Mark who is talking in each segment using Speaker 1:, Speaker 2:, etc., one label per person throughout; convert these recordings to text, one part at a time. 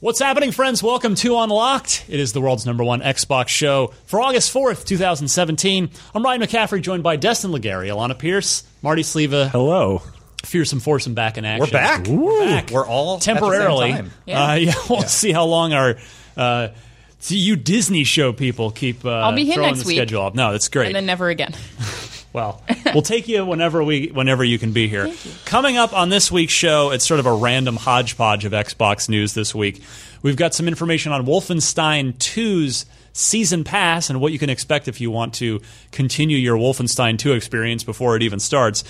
Speaker 1: What's happening, friends? Welcome to Unlocked. It is the world's number one Xbox show for August 4th, 2017. I'm Ryan McCaffrey, joined by Destin Legary, Alana Pierce, Marty Sleva,
Speaker 2: Hello.
Speaker 1: Fearsome Foursome back in action.
Speaker 3: We're back.
Speaker 2: Ooh.
Speaker 3: We're all at the same
Speaker 1: temporarily.
Speaker 3: time.
Speaker 1: Uh, yeah, we'll see how long our uh, see you Disney show people keep. Uh,
Speaker 4: I'll be here
Speaker 1: throwing
Speaker 4: next
Speaker 1: the
Speaker 4: week.
Speaker 1: schedule up. No, that's great.
Speaker 4: and then never again.
Speaker 1: Well, we'll take you whenever we whenever you can be here. Coming up on this week's show, it's sort of a random hodgepodge of Xbox news this week. We've got some information on Wolfenstein 2's season pass and what you can expect if you want to continue your Wolfenstein 2 experience before it even starts.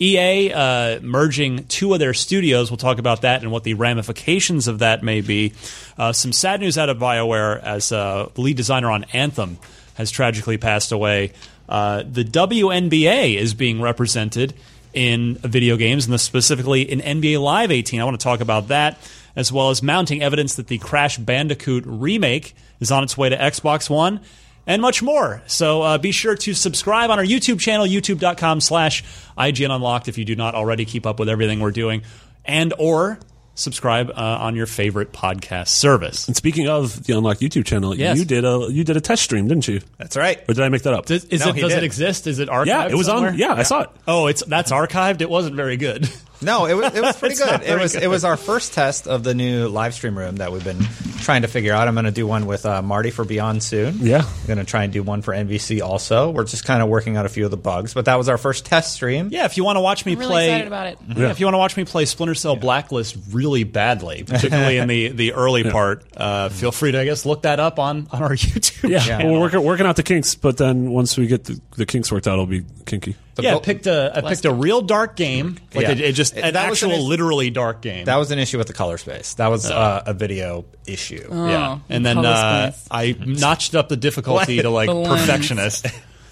Speaker 1: EA uh, merging two of their studios. We'll talk about that and what the ramifications of that may be. Uh, some sad news out of BioWare as uh, the lead designer on Anthem has tragically passed away. Uh, the WNBA is being represented in video games, and specifically in NBA Live 18. I want to talk about that, as well as mounting evidence that the Crash Bandicoot remake is on its way to Xbox One, and much more. So uh, be sure to subscribe on our YouTube channel, youtube.com slash IGN Unlocked, if you do not already keep up with everything we're doing, and or subscribe uh, on your favorite podcast service.
Speaker 2: And speaking of the Unlock YouTube channel,
Speaker 1: Yes.
Speaker 2: you did a you did a test stream, didn't you?
Speaker 3: That's right.
Speaker 2: Or did I make that up?
Speaker 1: Does, is
Speaker 3: No,
Speaker 1: it,
Speaker 3: he
Speaker 1: does it
Speaker 3: did.
Speaker 1: exist? Is it archived?
Speaker 2: yeah, it was
Speaker 1: somewhere?
Speaker 2: on. Yeah, I saw it.
Speaker 1: Oh, it's that's archived. It wasn't very good.
Speaker 3: No, it was it was pretty
Speaker 1: It's not
Speaker 3: good. It
Speaker 1: very
Speaker 3: was
Speaker 1: good.
Speaker 3: it was our first test of the new live stream room that we've been trying to figure out. I'm going to do one with uh, Marty for Beyond soon.
Speaker 2: Yeah.
Speaker 3: I'm going to try and do one for NBC also. We're just kind of working out a few of the bugs, but that was our first test stream.
Speaker 1: Yeah, if you want to watch me
Speaker 4: I'm really
Speaker 1: play,
Speaker 4: excited about it.
Speaker 1: Yeah, if you want to watch me play Splinter Cell Blacklist really badly, particularly in the the early part, uh, feel free to I guess look that up on on our YouTube.
Speaker 2: Yeah,
Speaker 1: channel.
Speaker 2: Well, we're working, working out the kinks, but then once we get the, the kinks worked out, it'll be kinky.
Speaker 1: yeah, I
Speaker 3: bo-
Speaker 1: picked a I picked a real dark game, like
Speaker 3: Yeah.
Speaker 1: it, it just an
Speaker 3: That was an
Speaker 1: actual,
Speaker 3: is-
Speaker 1: literally dark game.
Speaker 3: That was an issue with the color space. That
Speaker 1: Oh.
Speaker 3: was uh, a video issue.
Speaker 1: yeah,
Speaker 4: Oh,
Speaker 1: and then
Speaker 4: color
Speaker 1: uh,
Speaker 4: space.
Speaker 1: I notched up the difficulty to like
Speaker 4: The lens.
Speaker 1: perfectionist.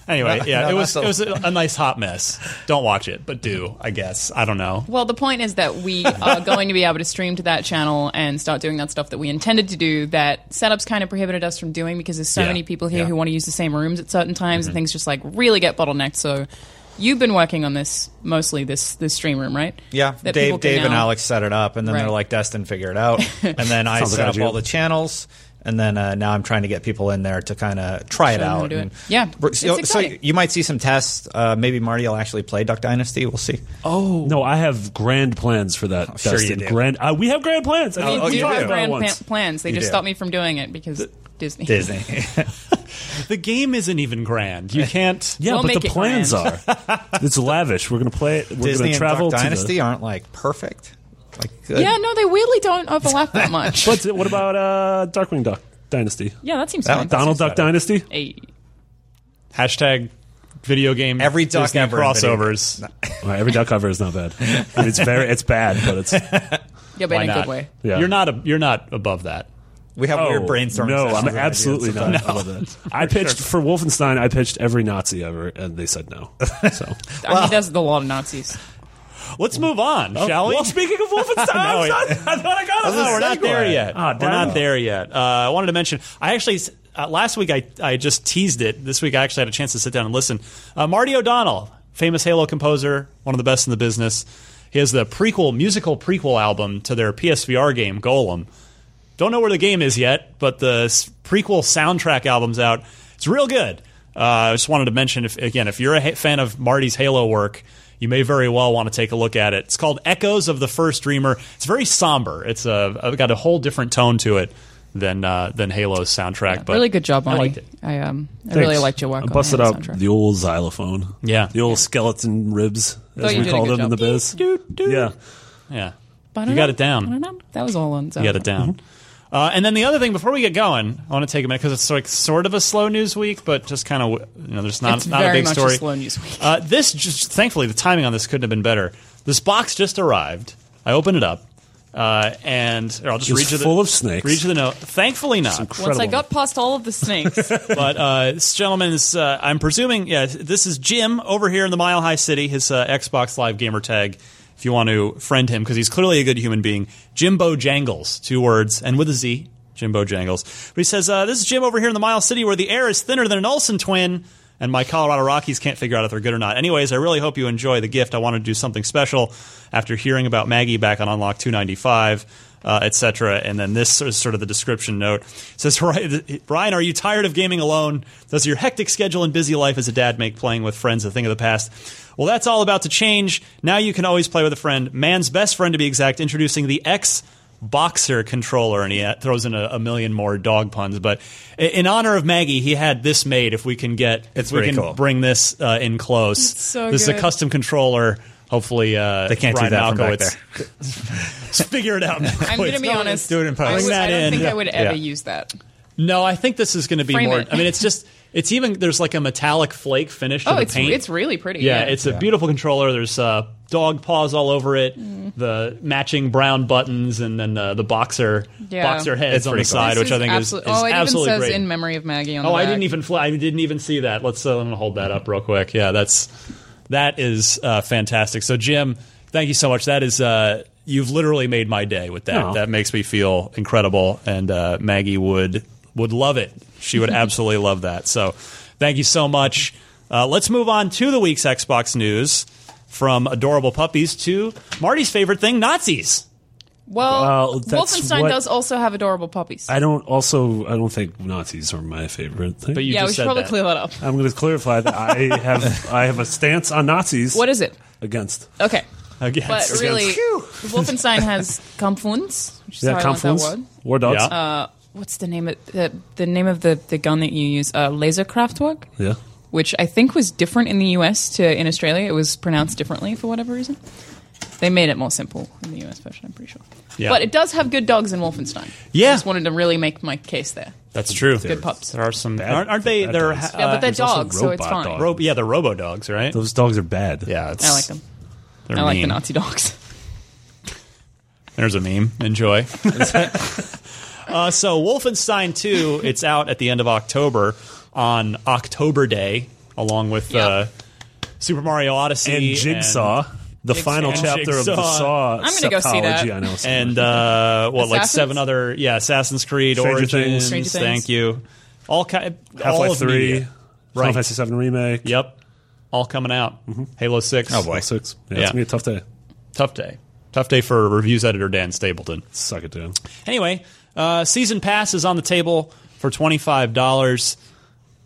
Speaker 1: Anyway, yeah,
Speaker 3: no,
Speaker 1: it was
Speaker 3: not
Speaker 1: it
Speaker 3: the-
Speaker 1: was a, a nice hot mess. Don't watch it, but do I guess I don't know.
Speaker 4: Well, the point is that we are going to be able to stream to that channel and start doing that stuff that we intended to do that setups kind of prohibited us from doing because there's so
Speaker 1: Yeah.
Speaker 4: many people here who want to use the same rooms at certain times and things just like really get bottlenecked. So you've been working on this mostly this this stream room, right?
Speaker 3: Yeah,
Speaker 4: That people
Speaker 3: Dave,
Speaker 4: can
Speaker 3: Dave, and
Speaker 4: now-
Speaker 3: Alex set it up, and then they're
Speaker 4: Right.
Speaker 3: like, "Destin, figure it out." And then I
Speaker 2: Sounds
Speaker 3: set
Speaker 2: like
Speaker 3: up
Speaker 2: IGN.
Speaker 3: all the channels, and then uh, now I'm trying to get people in there to kind of try it
Speaker 4: them how to
Speaker 3: out.
Speaker 4: do it.
Speaker 3: and-
Speaker 4: Yeah,
Speaker 3: We're-
Speaker 4: it's
Speaker 3: so, so
Speaker 4: exciting.
Speaker 3: you might see some tests. Uh, maybe Marty will actually play Duck Dynasty. We'll see.
Speaker 2: No, I have grand plans for that.
Speaker 3: sure
Speaker 2: Dustin.
Speaker 3: you do.
Speaker 2: Grand. Uh, we have grand plans. I
Speaker 4: They
Speaker 2: mean, we
Speaker 4: do
Speaker 2: talked
Speaker 4: have
Speaker 2: about it
Speaker 4: grand
Speaker 2: once.
Speaker 4: pla- plans. They
Speaker 3: You
Speaker 4: just
Speaker 3: do.
Speaker 4: stopped me from doing it because Disney.
Speaker 3: Disney.
Speaker 1: The game isn't even grand. You can't.
Speaker 2: Yeah,
Speaker 4: We'll
Speaker 2: but
Speaker 4: make
Speaker 2: the
Speaker 4: it
Speaker 2: plans are. It's lavish. We're gonna play it. We're
Speaker 3: Disney
Speaker 2: gonna
Speaker 3: and
Speaker 2: travel
Speaker 3: Duck
Speaker 2: to the-
Speaker 3: Dynasty aren't like perfect. Like, good.
Speaker 4: Yeah, no, they weirdly don't overlap that much.
Speaker 2: But what about uh, Darkwing Duck Dynasty?
Speaker 4: yeah, that seems
Speaker 3: That-
Speaker 4: fine.
Speaker 2: Donald Duck Dynasty.
Speaker 4: Hey,
Speaker 1: Hashtag video game
Speaker 3: Every duck
Speaker 1: Disney
Speaker 3: ever in video
Speaker 1: crossovers.
Speaker 2: All right, every duck cover is not bad. I mean, it's very, it's bad, but it's
Speaker 4: yeah, but
Speaker 1: Why
Speaker 4: in a
Speaker 1: not?
Speaker 4: good way.
Speaker 2: Yeah.
Speaker 1: You're not a, you're not above that.
Speaker 3: we have weird
Speaker 2: Oh,
Speaker 3: brainstorming.
Speaker 2: No,
Speaker 3: sessions
Speaker 2: I'm
Speaker 3: with
Speaker 2: absolutely
Speaker 3: ideas
Speaker 2: not.
Speaker 3: sometimes.
Speaker 2: above that. I pitched for Wolfenstein. I pitched every Nazi ever, and they said no. So,
Speaker 4: I mean, he does the lot of Nazis.
Speaker 1: Let's move on, shall we?
Speaker 2: Oh, well, speaking of Wolfenstein,
Speaker 1: No,
Speaker 2: I'm
Speaker 1: wait.
Speaker 2: sorry. I thought I got it.
Speaker 1: no, we're not there yet.
Speaker 2: Ah,
Speaker 1: we're
Speaker 2: damn.
Speaker 1: not there yet. Uh, I wanted to mention. I actually uh, last week I, I just teased it. This week I actually had a chance to sit down and listen. Uh, Marty O'Donnell, famous Halo composer, one of the best in the business. He has the prequel musical prequel album to their PSVR game Golem. Don't know where the game is yet, but the s- prequel soundtrack album's out. It's real good. Uh, I just wanted to mention, if, again, if you're a ha- fan of Marty's Halo work, you may very well want to take a look at it. It's called Echoes of the First Dreamer. It's very somber. It's a, I've got a whole different tone to it than uh, than Halo's soundtrack. but
Speaker 4: really good job,
Speaker 1: I
Speaker 4: Monty.
Speaker 1: liked it.
Speaker 4: I um, I really liked your work.
Speaker 2: I busted
Speaker 4: on
Speaker 2: out
Speaker 4: the Halo soundtrack.
Speaker 2: the old xylophone.
Speaker 1: Yeah.
Speaker 2: The old skeleton ribs,
Speaker 4: Thought
Speaker 2: as
Speaker 4: you
Speaker 2: we
Speaker 4: did a
Speaker 2: called
Speaker 4: good
Speaker 2: them in the
Speaker 4: job.
Speaker 2: biz. Yeah.
Speaker 1: Yeah,
Speaker 4: Ba-da-dum,
Speaker 1: you got it down.
Speaker 4: ba-da-dum. That was all on.
Speaker 1: You got it down. Uh, and then the other thing before we get going, I want to take a minute because it's like sort of a slow news week, but just kind of you know, there's not
Speaker 4: It's
Speaker 1: not
Speaker 4: very
Speaker 1: a big
Speaker 4: much a
Speaker 1: story.
Speaker 4: slow news week.
Speaker 1: Uh, this just thankfully the timing on this couldn't have been better. This box just arrived. I opened it up, uh, and here, I'll just
Speaker 2: It was
Speaker 1: read you the
Speaker 2: full of snakes.
Speaker 1: Read you the note. Thankfully not.
Speaker 4: Once I
Speaker 2: Incredible.
Speaker 4: got past all of the snakes,
Speaker 1: But uh, this gentleman is, uh, I'm presuming, yeah, this is Jim over here in the Mile High City, his uh, Xbox Live gamer tag. If you want to friend him, because he's clearly a good human being, Jimbo Jangles, two words, and with a Z, Jimbo Jangles. But he says, uh, This is Jim over here in the Mile City where the air is thinner than an Olsen twin, and my Colorado Rockies can't figure out if they're good or not. Anyways, I really hope you enjoy the gift. I wanted to do something special after hearing about Maggie back on Unlock 295 uh, etc. And then this is sort of the description note It says, "Brian, are you tired of gaming alone? Does your hectic schedule and busy life as a dad make playing with friends a thing of the past? Well, that's all about to change. Now you can always play with a friend, man's best friend to be exact. Introducing the X." Boxer controller, and he uh, throws in a, a million more dog puns. But i- in honor of Maggie, he had this made. If we can get,
Speaker 3: It's
Speaker 1: if we
Speaker 3: pretty
Speaker 1: can
Speaker 3: cool.
Speaker 1: bring this uh, in close.
Speaker 4: so
Speaker 1: this is a
Speaker 4: good.
Speaker 1: custom controller. Hopefully, uh,
Speaker 3: They can't do
Speaker 1: Brian
Speaker 3: that from back
Speaker 1: Malkowitz- figure it out.
Speaker 4: I'm going to be honest.
Speaker 3: do it in
Speaker 4: I,
Speaker 3: post.
Speaker 4: would-
Speaker 1: Bring that
Speaker 4: I don't
Speaker 1: in.
Speaker 4: think I would ever
Speaker 3: Yeah.
Speaker 4: use that.
Speaker 1: No, I think this is going to be
Speaker 4: Frame
Speaker 1: more.
Speaker 4: it.
Speaker 1: I mean, it's just it's even there's like a metallic flake finish to
Speaker 4: Oh,
Speaker 1: the
Speaker 4: it's
Speaker 1: paint.
Speaker 4: it's really pretty.
Speaker 1: yeah, it's a beautiful controller. There's uh, dog paws all over it,
Speaker 4: Mm.
Speaker 1: the matching brown buttons, and then uh, the boxer
Speaker 4: Yeah.
Speaker 1: boxer heads
Speaker 3: It's
Speaker 1: on the
Speaker 3: pretty cool.
Speaker 1: side,
Speaker 4: This
Speaker 1: which I think is,
Speaker 4: absolu-
Speaker 1: is
Speaker 4: oh, it
Speaker 1: absolutely
Speaker 4: even says
Speaker 1: great.
Speaker 4: in memory of Maggie on the
Speaker 1: oh, I
Speaker 4: back.
Speaker 1: didn't even fly. I didn't even see that. Let's uh, I'm gonna hold that up real quick. Yeah, that's that is uh, fantastic. So Jim, thank you so much. That is. Uh, You've literally made my day with that.
Speaker 4: Oh.
Speaker 2: Aw.
Speaker 1: That makes me feel incredible, and uh, Maggie would would love it. She would absolutely love that. So, thank you so much. Uh, let's move on to the week's Xbox news, from adorable puppies to Marty's favorite thing, Nazis.
Speaker 4: Well,
Speaker 2: Well, that's
Speaker 4: Wolfenstein
Speaker 2: what-
Speaker 4: does also have adorable puppies.
Speaker 2: I don't also, I don't think Nazis are my favorite thing.
Speaker 1: But you
Speaker 4: yeah,
Speaker 1: just
Speaker 4: we should
Speaker 1: said
Speaker 4: probably
Speaker 1: that.
Speaker 4: clear that up.
Speaker 2: I'm going to clarify that I have I have a stance on Nazis.
Speaker 4: What is it?
Speaker 2: against?
Speaker 4: Okay.
Speaker 1: Again,
Speaker 4: But really, Wolfenstein has Kampfhunds, which is
Speaker 2: Yeah,
Speaker 4: how I learned that
Speaker 2: confluence.
Speaker 4: word. Uh,
Speaker 2: War dogs.
Speaker 1: Yeah.
Speaker 4: What's the name of the, the name of the, the gun that you use? Uh, laser Kraftwerk,
Speaker 2: yeah.
Speaker 4: which I think was different in the U.S. to in Australia. It was pronounced differently for whatever reason. They made it more simple in the U.S. version. I'm pretty sure.
Speaker 1: Yeah.
Speaker 4: But it does have good dogs in Wolfenstein.
Speaker 1: Yeah.
Speaker 4: I just wanted to really make my case there.
Speaker 1: that's true.
Speaker 4: Good pups.
Speaker 1: There are some,
Speaker 2: Bad-
Speaker 1: aren't, aren't they?
Speaker 2: bad
Speaker 1: They're
Speaker 2: dogs.
Speaker 4: Yeah,
Speaker 1: uh,
Speaker 4: but they're
Speaker 2: there's also
Speaker 4: dogs, so it's
Speaker 2: robot
Speaker 4: fine.
Speaker 2: dogs.
Speaker 1: Robo, yeah, the robo dogs, right?
Speaker 2: Those dogs are bad.
Speaker 1: yeah, it's,
Speaker 4: I like them.
Speaker 1: They're
Speaker 4: I like the
Speaker 1: mean.
Speaker 4: Nazi dogs.
Speaker 1: There's a meme. Enjoy. uh, so Wolfenstein 2, it's out at the end of October on October Day, along with
Speaker 4: Yeah.
Speaker 1: uh, Super Mario Odyssey
Speaker 2: And Jigsaw, the final
Speaker 1: and
Speaker 2: chapter of the
Speaker 1: Jigsaw.
Speaker 2: Saw
Speaker 4: I'm gonna go see that.
Speaker 2: septology. I know. so
Speaker 1: and, uh, what like
Speaker 4: Assassins?
Speaker 1: seven other yeah Assassin's Creed
Speaker 2: Stranger
Speaker 1: Origins.
Speaker 2: Things.
Speaker 4: Stranger Things.
Speaker 1: Thank you. All kind.
Speaker 2: Half
Speaker 1: all
Speaker 2: Life
Speaker 1: of
Speaker 2: Three,
Speaker 1: media.
Speaker 2: Final
Speaker 1: Right.
Speaker 2: Fantasy Seven remake.
Speaker 1: Yep. All coming out.
Speaker 2: Mm-hmm.
Speaker 1: Halo Six.
Speaker 3: Oh, boy.
Speaker 2: Halo Six. Yeah,
Speaker 1: Yeah.
Speaker 2: It's gonna be a tough day.
Speaker 1: Tough day. Tough day for reviews editor Dan Stapleton.
Speaker 2: Suck it, dude.
Speaker 1: Anyway, uh, season pass is on the table for twenty five dollars.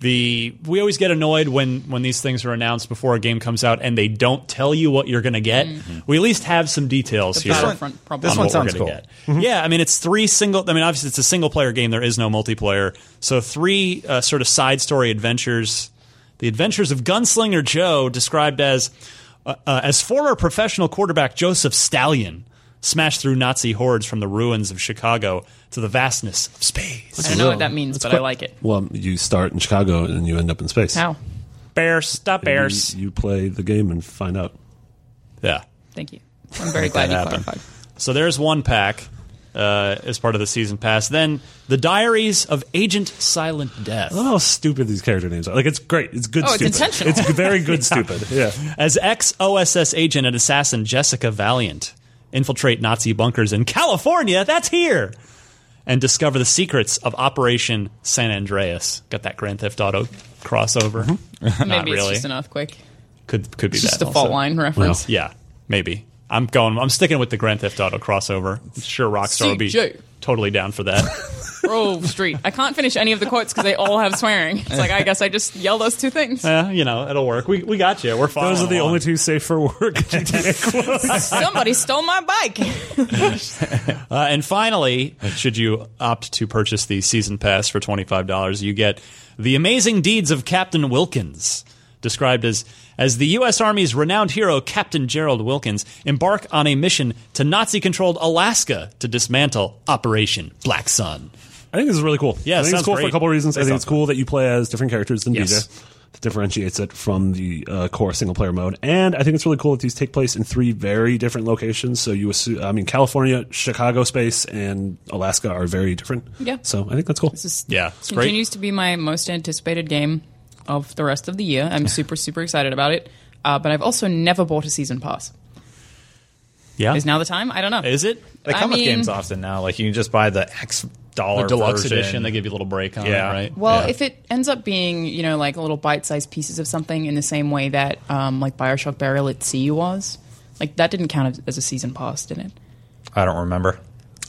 Speaker 1: The we always get annoyed when when these things are announced before a game comes out and they don't tell you what you're going to get. We at least have some details here.
Speaker 3: This
Speaker 4: This one-
Speaker 3: one,
Speaker 4: Battlefront probably.
Speaker 3: this
Speaker 1: on
Speaker 3: one
Speaker 1: what we're
Speaker 3: sounds
Speaker 1: gonna
Speaker 3: cool. Mm-hmm.
Speaker 1: get. Yeah, I mean it's three single. I mean obviously it's a single player game. There is no multiplayer, so three uh, sort of side story adventures. The adventures of Gunslinger Joe, described as uh, uh, as former professional quarterback Joseph Stallion smashed through Nazi hordes from the ruins of Chicago to the vastness of space.
Speaker 4: I don't know what that means,
Speaker 2: It's
Speaker 4: but
Speaker 2: quite-
Speaker 4: I like it.
Speaker 2: Well, you start in Chicago and you end up in space.
Speaker 4: How?
Speaker 1: Bears, stop
Speaker 2: You-
Speaker 1: bears.
Speaker 2: You, play the game and find out.
Speaker 1: Yeah.
Speaker 4: Thank you. I'm very glad you
Speaker 1: happen.
Speaker 4: clarified.
Speaker 1: So there's one pack uh, as part of the season pass. Then the Diaries of Agent Silent Death.
Speaker 2: I don't know how stupid these character names are. Like it's great. It's good.
Speaker 4: Oh, it's
Speaker 2: stupid.
Speaker 4: intentional.
Speaker 2: It's very good. Stupid. Yeah.
Speaker 1: As ex OSS agent and assassin Jessica Valiant infiltrate Nazi bunkers in California, that's here, and discover the secrets of Operation San Andreas. Got that Grand Theft Auto crossover? Not
Speaker 2: Mm-hmm.
Speaker 4: Maybe
Speaker 1: really.
Speaker 4: it's just an earthquake.
Speaker 1: could could be
Speaker 4: Just
Speaker 1: that
Speaker 4: a fault
Speaker 1: also.
Speaker 4: line reference.
Speaker 1: Yeah, maybe. I'm going. I'm sticking with the Grand Theft Auto crossover. I'm sure, Rockstar will be
Speaker 4: CJ.
Speaker 1: totally down for that.
Speaker 4: Grove Street. I can't finish any of the quotes because they all have swearing. It's like I guess I just yell those two things.
Speaker 1: yeah, you know, it'll work. We we got you. We're fine.
Speaker 2: Those are the only two safe for work.
Speaker 4: Somebody stole my bike.
Speaker 1: Uh, and finally, should you opt to purchase the season pass for $25, you get The Amazing Deeds of Captain Wilkins, described as as the U.S. Army's renowned hero, Captain Gerald Wilkins, embark on a mission to Nazi controlled Alaska to dismantle Operation Black Sun.
Speaker 2: I think this is really cool.
Speaker 1: Yeah,
Speaker 2: I think
Speaker 1: sounds
Speaker 2: it's cool for
Speaker 1: great.
Speaker 2: a couple of reasons. I
Speaker 1: That's
Speaker 2: think it's
Speaker 1: awesome.
Speaker 2: cool that you play as different characters than
Speaker 1: Yes.
Speaker 2: BJ. That differentiates it from the uh, core single player mode, and I think it's really cool that these take place in three very different locations. So you assume, I mean, California, Chicago space, and Alaska are very different.
Speaker 4: Yeah.
Speaker 2: So I think that's cool.
Speaker 1: Yeah, it's great.
Speaker 4: Continues to be my most anticipated game of the rest of the year. I'm super super excited about it. Uh, but I've also never bought a season pass.
Speaker 1: yeah.
Speaker 4: Is now the time? I don't know.
Speaker 1: Is it?
Speaker 3: They
Speaker 4: I
Speaker 3: come with
Speaker 4: mean-
Speaker 3: games often now. Like you can just buy the X dollar
Speaker 1: The deluxe
Speaker 3: version.
Speaker 1: edition, they give you a little break on
Speaker 3: Yeah.
Speaker 1: it, right?
Speaker 4: Well,
Speaker 1: Yeah.
Speaker 4: if it ends up being, you know, like little bite-sized pieces of something in the same way that, um, like Bioshock Burial at Sea was, like that didn't count as a season pass, did it?
Speaker 3: I don't remember.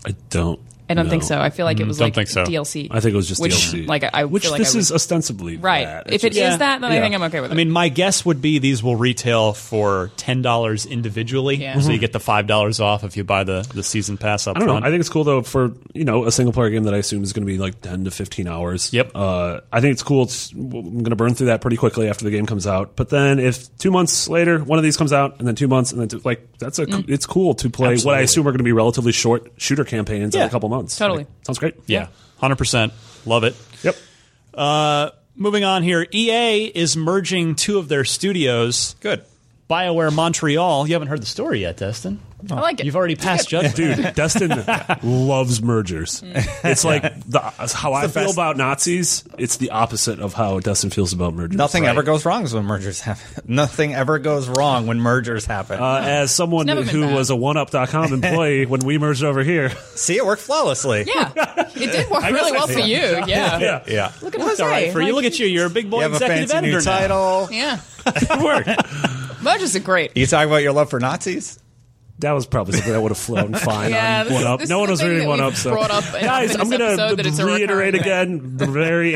Speaker 2: I don't.
Speaker 4: I don't
Speaker 2: know.
Speaker 4: think so. I feel like it was
Speaker 1: Mm, don't
Speaker 4: like
Speaker 1: think so.
Speaker 4: DLC.
Speaker 2: I think it was just
Speaker 4: which,
Speaker 2: DLC.
Speaker 4: Like I, I
Speaker 2: which
Speaker 4: feel like
Speaker 2: this
Speaker 4: I would-
Speaker 2: is ostensibly
Speaker 4: right.
Speaker 2: that.
Speaker 4: If
Speaker 2: It's
Speaker 4: it is
Speaker 2: just-
Speaker 4: that, then I
Speaker 2: Yeah.
Speaker 4: think I'm okay with it.
Speaker 1: I mean, my guess would be these will retail for ten dollars individually,
Speaker 4: Yeah.
Speaker 1: so you get the five dollars off if you buy the, the season pass up
Speaker 2: I don't
Speaker 1: front.
Speaker 2: know. I think it's cool though for you know a single player game that I assume is going to be like ten to fifteen hours.
Speaker 1: Yep.
Speaker 2: Uh, I think it's cool. It's, I'm going to burn through that pretty quickly after the game comes out. But then if two months later one of these comes out, and then two months, and then two, like that's a it's cool to play what I
Speaker 1: Absolutely.
Speaker 2: assume are going to be relatively short shooter campaigns in
Speaker 1: Yeah.
Speaker 2: a couple months.
Speaker 4: Totally.
Speaker 2: Like, sounds great.
Speaker 1: Yeah, hundred percent. Love it.
Speaker 2: Yep.
Speaker 1: Uh, moving on here, EA is merging two of their studios.
Speaker 3: Good.
Speaker 1: Bioware Montreal. You haven't heard the story yet, Destin.
Speaker 4: I like it.
Speaker 1: You've already passed judgment.
Speaker 2: Dude, Dustin loves mergers. It's like the, how I feel about Nazis. It's the opposite of how Dustin feels about mergers.
Speaker 3: Nothing ever goes wrong when mergers happen. Nothing ever goes wrong when mergers happen.
Speaker 2: Uh, as someone
Speaker 4: never been
Speaker 2: who
Speaker 4: bad.
Speaker 2: was a OneUp.com employee when we merged over here,
Speaker 3: See, it worked flawlessly.
Speaker 4: yeah, it did work really well for you. Yeah.
Speaker 3: Yeah.
Speaker 4: Look at
Speaker 1: It's all right for you. Look at you. You're a big boy
Speaker 3: You have a
Speaker 1: executive
Speaker 3: fancy
Speaker 1: editor
Speaker 3: new
Speaker 1: now.
Speaker 3: title.
Speaker 4: Yeah,
Speaker 2: it worked.
Speaker 4: mergers are great.
Speaker 3: You talk about your love for Nazis?
Speaker 2: That was probably something that would have flown fine
Speaker 4: Yeah,
Speaker 2: on
Speaker 4: this is-
Speaker 2: one up.
Speaker 4: this
Speaker 2: No
Speaker 4: is
Speaker 2: one
Speaker 4: the
Speaker 2: was
Speaker 4: thing
Speaker 2: reading
Speaker 4: that
Speaker 2: one
Speaker 4: we've
Speaker 2: up. So,
Speaker 4: brought up in-
Speaker 2: guys,
Speaker 4: in
Speaker 2: I'm
Speaker 4: this
Speaker 2: gonna
Speaker 4: episode that it's a
Speaker 2: reiterate
Speaker 4: recurring
Speaker 2: again: very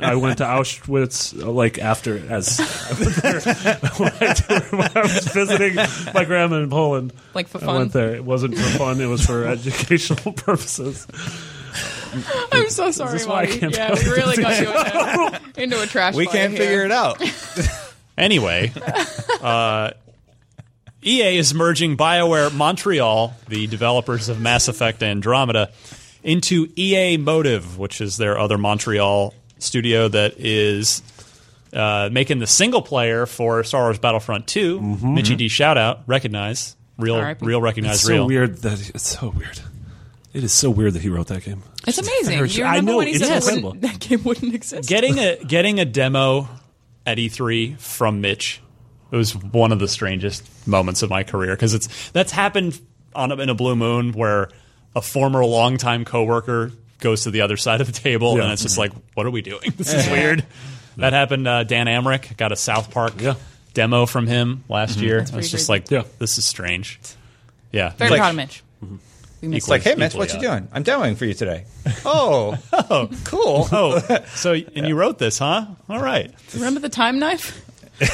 Speaker 2: I went to Auschwitz uh, like after as when I was visiting my grandma in Poland.
Speaker 4: Like for
Speaker 2: I
Speaker 4: fun.
Speaker 2: went there. It wasn't for fun. It was for educational purposes.
Speaker 4: I'm so sorry,
Speaker 2: this why I
Speaker 4: Marty.
Speaker 2: can't
Speaker 4: Yeah, we really got you into- into a trash.
Speaker 3: We can't figure it out.
Speaker 1: Anyway, uh, EA is merging BioWare Montreal, the developers of Mass Effect Andromeda, into EA Motive, which is their other Montreal studio that is uh, making the single player for Star Wars Battlefront 2. Mitchie D shout out, recognize, real
Speaker 4: R.I.P.
Speaker 1: real recognize
Speaker 2: Mm-hmm. It's
Speaker 1: real.
Speaker 2: so weird that it's so weird. It is so weird that he wrote that game.
Speaker 4: It's amazing.
Speaker 2: I
Speaker 4: You remember
Speaker 2: know,
Speaker 4: when he
Speaker 2: it's
Speaker 4: said it
Speaker 2: incredible.
Speaker 4: wouldn't- that game wouldn't exist?
Speaker 1: Getting a getting a demo at E3 from Mitch it was one of the strangest moments of my career because it's that's happened on a, in a blue moon where a former longtime coworker goes to the other side of the table
Speaker 2: Yeah.
Speaker 1: and it's just like what are we doing this is weird that happened uh, Dan Amrick got a South Park
Speaker 2: Yeah. Mm-hmm.
Speaker 1: demo from him last year I
Speaker 4: pretty
Speaker 1: was just
Speaker 4: crazy.
Speaker 1: like
Speaker 2: Yeah.
Speaker 1: this is strange yeah
Speaker 4: Very
Speaker 3: Like-
Speaker 4: proud of Mitch. We missed
Speaker 3: It's like,
Speaker 4: him.
Speaker 3: hey, Mitch, what you
Speaker 1: Equally,
Speaker 3: doing? I'm demoing for you today. Oh, oh, cool.
Speaker 1: oh so and you wrote this huh all right
Speaker 4: Remember the time knife?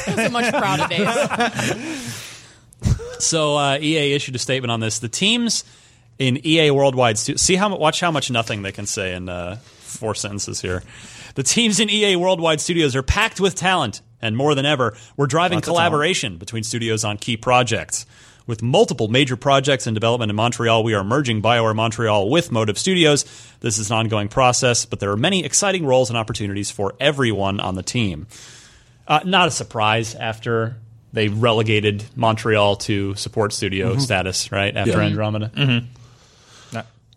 Speaker 4: Those are much prouder days.
Speaker 1: So uh, EA issued a statement on this. The teams in EA Worldwide stu- see how mu- watch how much nothing they can say in uh, four sentences here. The teams in EA Worldwide Studios are packed with talent, and more than ever, we're driving collaboration between studios on key projects. With multiple major projects in development in Montreal, we are merging BioWare Montreal with Motive Studios. This is an ongoing process, but there are many exciting roles and opportunities for everyone on the team. Uh, not a surprise after they relegated Montreal to support studio status, right? After
Speaker 2: Yeah.
Speaker 1: Andromeda,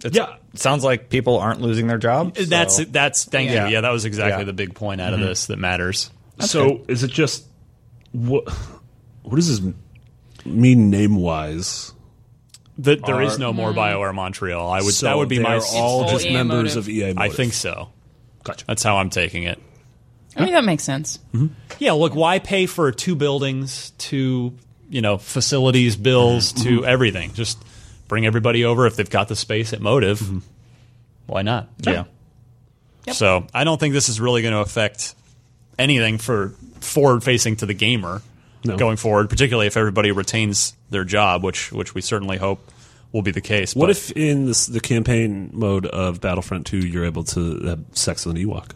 Speaker 3: It's-
Speaker 2: Yeah.
Speaker 3: Sounds like people aren't losing their job.
Speaker 1: that's
Speaker 3: so-
Speaker 1: that's thank
Speaker 3: Yeah.
Speaker 1: you. Yeah, that was exactly
Speaker 3: Yeah.
Speaker 1: the big point out of this that matters.
Speaker 2: so is it just what? What does this mean name wise?
Speaker 1: That there is no more Bioware Montreal. I would that would be my.
Speaker 2: are all
Speaker 4: all
Speaker 2: just
Speaker 4: EA
Speaker 2: members
Speaker 4: motive.
Speaker 2: of E EA. Motive.
Speaker 1: I think so.
Speaker 2: Gotcha.
Speaker 1: That's how I'm taking it.
Speaker 4: I mean, that makes sense.
Speaker 1: Yeah, look, why pay for two buildings, two you know facilities bills to everything. Just bring everybody over if they've got the space at Motive. Why not?
Speaker 3: Yeah.
Speaker 1: So I don't think this is really going to affect anything for forward facing to the gamer
Speaker 2: No.
Speaker 1: going forward, particularly if everybody retains their job, which which we certainly hope will be the case.
Speaker 2: What
Speaker 1: But
Speaker 2: if in this, the campaign mode of Battlefront 2, you're able to have sex with an Ewok?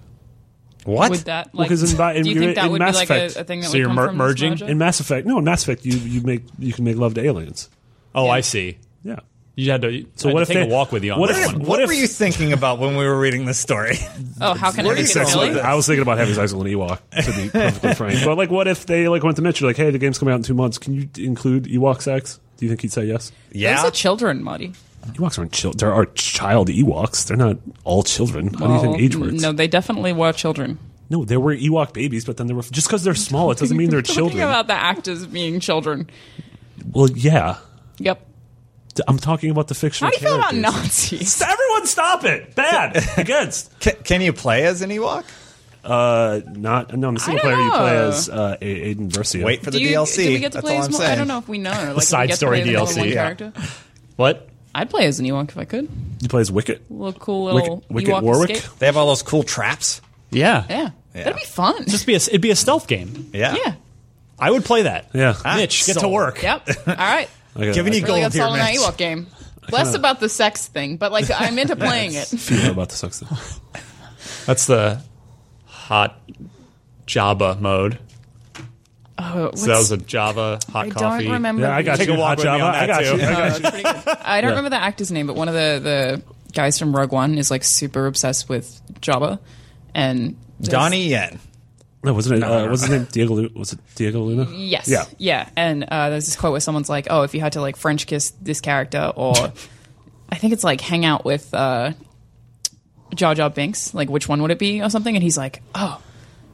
Speaker 3: What?
Speaker 4: Would that
Speaker 2: Well,
Speaker 4: like?
Speaker 2: 'cause in Bi- in-
Speaker 4: do you
Speaker 2: you're
Speaker 4: think that
Speaker 2: in
Speaker 4: would
Speaker 2: Mass
Speaker 4: be like
Speaker 2: Effect.
Speaker 4: a, a thing that
Speaker 1: So
Speaker 4: would
Speaker 1: you're
Speaker 4: come
Speaker 1: mer-
Speaker 4: from
Speaker 1: merging?
Speaker 4: This project?
Speaker 2: In Mass Effect, no, in Mass Effect, you, you make you can make love to aliens.
Speaker 1: Oh, I see.
Speaker 2: Yeah,
Speaker 1: You had to. So
Speaker 2: what
Speaker 1: what
Speaker 2: if
Speaker 1: if take
Speaker 2: they-
Speaker 1: a walk with you on
Speaker 2: what
Speaker 1: that
Speaker 2: if-
Speaker 1: one?
Speaker 3: what were you thinking about when we were reading this story?
Speaker 4: oh, how can I
Speaker 3: What
Speaker 4: make
Speaker 3: is
Speaker 4: it
Speaker 3: sex
Speaker 4: silly?
Speaker 3: with
Speaker 2: I was thinking about having sex with an Ewok to be perfectly frank. But like, what if they like went to Mitch? You're like, hey, the game's coming out in two months. Can you include Ewok sex? Do you think he'd say yes?
Speaker 4: Those
Speaker 3: yeah.
Speaker 4: are children, Marty.
Speaker 2: Ewoks aren't children. There are child Ewoks. They're not all children. How do you think
Speaker 4: Oh,
Speaker 2: age works?
Speaker 4: No,
Speaker 2: No,
Speaker 4: they definitely were children.
Speaker 2: there were Ewok babies, but then there were just because they're small, it doesn't mean they're
Speaker 4: Talking
Speaker 2: children.
Speaker 4: about the actors being children.
Speaker 2: well, yeah,
Speaker 4: Yep.
Speaker 2: D- I'm talking about the fictional.
Speaker 4: How do you feel about
Speaker 2: characters.
Speaker 4: Nazis?
Speaker 2: Everyone, stop it! Bad against.
Speaker 3: Ca can you play as an Ewok?
Speaker 2: Uh, not no. In the single
Speaker 4: don't
Speaker 2: player, you play
Speaker 4: know.
Speaker 2: as uh, A- Aiden Versio.
Speaker 3: Wait for
Speaker 4: Do
Speaker 3: the
Speaker 4: you,
Speaker 3: DLC.
Speaker 4: Do we get to
Speaker 3: That's
Speaker 4: play
Speaker 3: all
Speaker 4: as
Speaker 3: I'm
Speaker 4: more?
Speaker 3: saying.
Speaker 4: I don't know if we know. Like, do we
Speaker 1: side
Speaker 4: get to
Speaker 1: story
Speaker 4: play as more than
Speaker 1: DLC,
Speaker 4: one
Speaker 3: yeah.
Speaker 4: character?
Speaker 1: What?
Speaker 4: I'd play as an Ewok if I could.
Speaker 2: You play as Wicket.
Speaker 4: Little cool
Speaker 2: Wicket,
Speaker 4: little
Speaker 2: Wicket
Speaker 4: Ewok
Speaker 2: Warwick.
Speaker 4: escape.
Speaker 3: They have all those cool traps.
Speaker 1: Yeah.
Speaker 4: Yeah.
Speaker 3: Yeah.
Speaker 4: that'd be fun.
Speaker 1: Just be a, it'd be a stealth game.
Speaker 3: Yeah.
Speaker 4: yeah.
Speaker 1: I would play that. Ah,
Speaker 2: Yeah.
Speaker 1: Mitch, get to
Speaker 3: sold.
Speaker 1: work.
Speaker 4: Yep. All right.
Speaker 2: I got-
Speaker 3: Giving
Speaker 2: I
Speaker 3: you gold
Speaker 4: Really got
Speaker 3: here,
Speaker 4: solid on
Speaker 3: Mitch.
Speaker 4: Ewok game. Less about the sex thing, but like I'm into playing it.
Speaker 2: feel about the sex. thing.
Speaker 1: That's the hot Java mode.
Speaker 4: Oh,
Speaker 1: So that was a Java hot
Speaker 4: I
Speaker 1: coffee.
Speaker 4: don't remember.
Speaker 2: Yeah, I got
Speaker 1: Take
Speaker 2: you.
Speaker 1: a walk
Speaker 2: Hot
Speaker 1: with me
Speaker 2: Java.
Speaker 1: on
Speaker 2: I
Speaker 1: that,
Speaker 2: got
Speaker 1: too.
Speaker 2: you. I got you.
Speaker 4: I don't remember the actor's name, but one of the, the guys from Rogue One is like super obsessed with Jabba, and
Speaker 3: Donnie Yen.
Speaker 2: No, wasn't it? Uh, what's his name? Diego. Lu- Was it Diego Luna?
Speaker 4: Yes.
Speaker 2: Yeah.
Speaker 4: Yeah. And uh, there's this quote where someone's like, "Oh, if you had to like French kiss this character, or I think it's like hang out with uh, Jar Jar Binks, like which one would it be, or something?" And he's like, "Oh,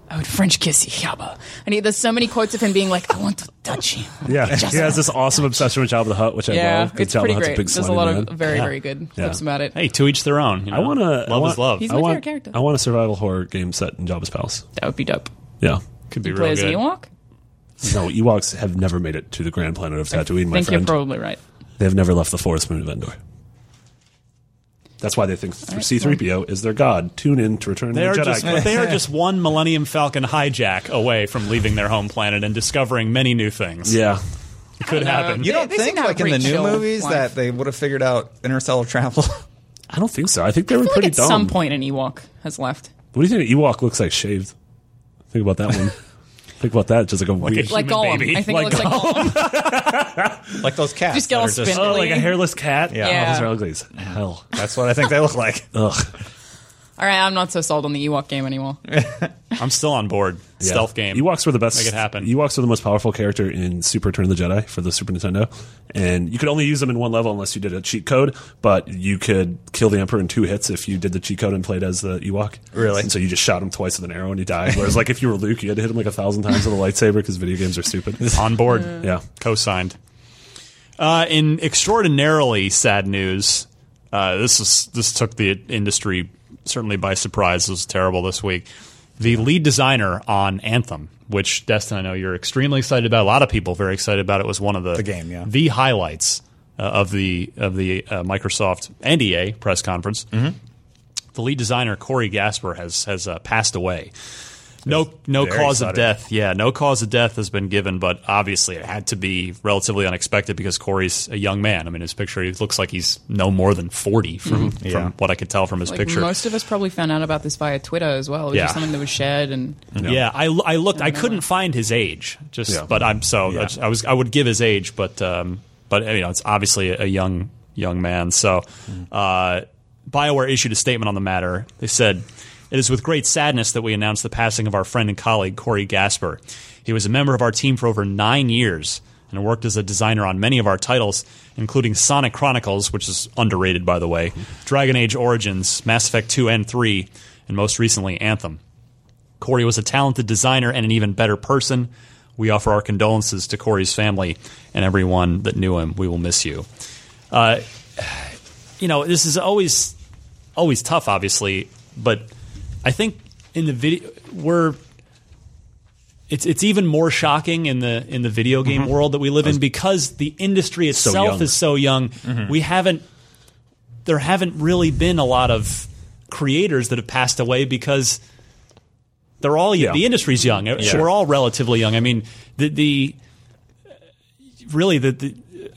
Speaker 4: I would French kiss Yaba." And he, there's so many quotes of him being like, "I want to touch him."
Speaker 2: Yeah. He has this awesome obsession with Jabba the Hutt, which I
Speaker 4: Yeah,
Speaker 2: love. 'cause
Speaker 4: it's
Speaker 2: Jabba
Speaker 4: pretty
Speaker 2: the Hutt's
Speaker 4: great.
Speaker 2: A big
Speaker 4: There's a
Speaker 2: slimy
Speaker 4: lot of
Speaker 2: man.
Speaker 4: very, very good clips about it.
Speaker 1: Hey, to each their own. you know?
Speaker 2: I want to.
Speaker 1: Love is love.
Speaker 4: He's
Speaker 2: I
Speaker 4: my
Speaker 2: want,
Speaker 4: favorite character.
Speaker 2: I want a survival horror game set in Jabba's palace.
Speaker 4: That would be dope.
Speaker 2: Yeah.
Speaker 1: Could be
Speaker 4: You
Speaker 1: real
Speaker 4: play as
Speaker 1: good.
Speaker 4: an Ewok?
Speaker 2: No, Ewoks have never made it to the grand planet of Tatooine, my
Speaker 4: I think you're
Speaker 2: friend.
Speaker 4: probably right.
Speaker 2: They've never left the forest moon of Endor. That's why they think C-3PO is their god. Tune in to return
Speaker 1: They
Speaker 2: to
Speaker 1: are,
Speaker 2: the Jedi.
Speaker 1: just,
Speaker 2: Club.
Speaker 1: they are just one Millennium Falcon hijack away from leaving their home planet and discovering many new things.
Speaker 2: yeah.
Speaker 1: It could happen.
Speaker 3: You
Speaker 4: know. They-
Speaker 3: don't
Speaker 4: they seem
Speaker 3: think
Speaker 4: to have
Speaker 3: like in the
Speaker 4: pretty
Speaker 3: new
Speaker 4: chill
Speaker 3: movies
Speaker 4: life.
Speaker 3: that they would have figured out interstellar travel?
Speaker 2: I don't think so. I think they were
Speaker 4: I feel
Speaker 2: pretty
Speaker 4: like at
Speaker 2: dumb.
Speaker 4: some point an Ewok has left.
Speaker 2: What do you think an Ewok looks like shaved? Think about that one. think about that. Just like a weird,
Speaker 4: Like
Speaker 1: Human
Speaker 4: Gollum.
Speaker 1: baby.
Speaker 4: I think
Speaker 1: Like
Speaker 4: it looks like Gollum.
Speaker 3: like those cats.
Speaker 4: Just get
Speaker 3: that
Speaker 4: all
Speaker 3: are
Speaker 4: spindly.
Speaker 2: oh, like a hairless cat.
Speaker 3: Yeah.
Speaker 2: Oh,
Speaker 4: Yeah.
Speaker 2: those are ugly as hell.
Speaker 3: That's what I think they look like.
Speaker 2: Ugh.
Speaker 4: All right, I'm not so sold on the Ewok game anymore.
Speaker 1: I'm still on board. Stealth game.
Speaker 2: Ewoks were the best.
Speaker 1: Make it happen.
Speaker 2: Ewoks were the most powerful character in Super Return of the Jedi for the Super Nintendo, and you could only use them in one level unless you did a cheat code. But you could kill the Emperor in two hits if you did the cheat code and played as the Ewok.
Speaker 3: Really?
Speaker 2: And so you just shot him twice with an arrow and he died. Whereas like if you were Luke, you had to hit him like a thousand times with a lightsaber because video games are stupid.
Speaker 1: on board.
Speaker 4: Mm.
Speaker 2: yeah.
Speaker 1: Co-signed. Uh, in extraordinarily sad news, uh, this is this took the industry certainly by surprise. It was terrible this week. The lead designer on Anthem, which Destin, I know you're extremely excited about. A lot of people very excited about it. Was one of the the
Speaker 3: game, yeah.
Speaker 1: the highlights uh, of the of the uh, Microsoft and EA press conference.
Speaker 3: Mm-hmm.
Speaker 1: The lead designer Corey Gasper has has uh, passed away. No, no
Speaker 3: Very
Speaker 1: cause of
Speaker 3: exciting.
Speaker 1: death. Yeah, no cause of death has been given, but obviously it had to be relatively unexpected because Corey's a young man. I mean, his picture he looks like he's no more than forty from, from
Speaker 3: Mm-hmm. Yeah.
Speaker 1: what I could tell from his
Speaker 4: Like
Speaker 1: picture.
Speaker 4: most of us probably found out about this via Twitter as well. It was
Speaker 1: Yeah.
Speaker 4: just something that was shared, and
Speaker 1: Yeah, I, l- I looked. I couldn't find his age. Just,
Speaker 2: Yeah.
Speaker 1: but I'm so I, just- I was. I would give his age, but um, but you know, it's obviously a young young man. So, uh, Bioware issued a statement on the matter. They said. It is with great sadness that we announce the passing of our friend and colleague Corey Gasper. He was a member of our team for over nine years and worked as a designer on many of our titles, including Sonic Chronicles, which is underrated by the way, Dragon Age Origins, Mass Effect 2 and 3, and most recently Anthem. Corey was a talented designer and an even better person. We offer our condolences to Corey's family and everyone that knew him. We will miss you. Uh, you know, this is always always tough, obviously, but I think in the video we're it's it's even more shocking in the in the video game world that we live in because the industry itself
Speaker 2: young.
Speaker 1: is so young. We haven't there haven't really been a lot of creators that have passed away because they're all
Speaker 2: Yeah.
Speaker 1: the industry's young. We're all relatively young. I mean, the the really the, the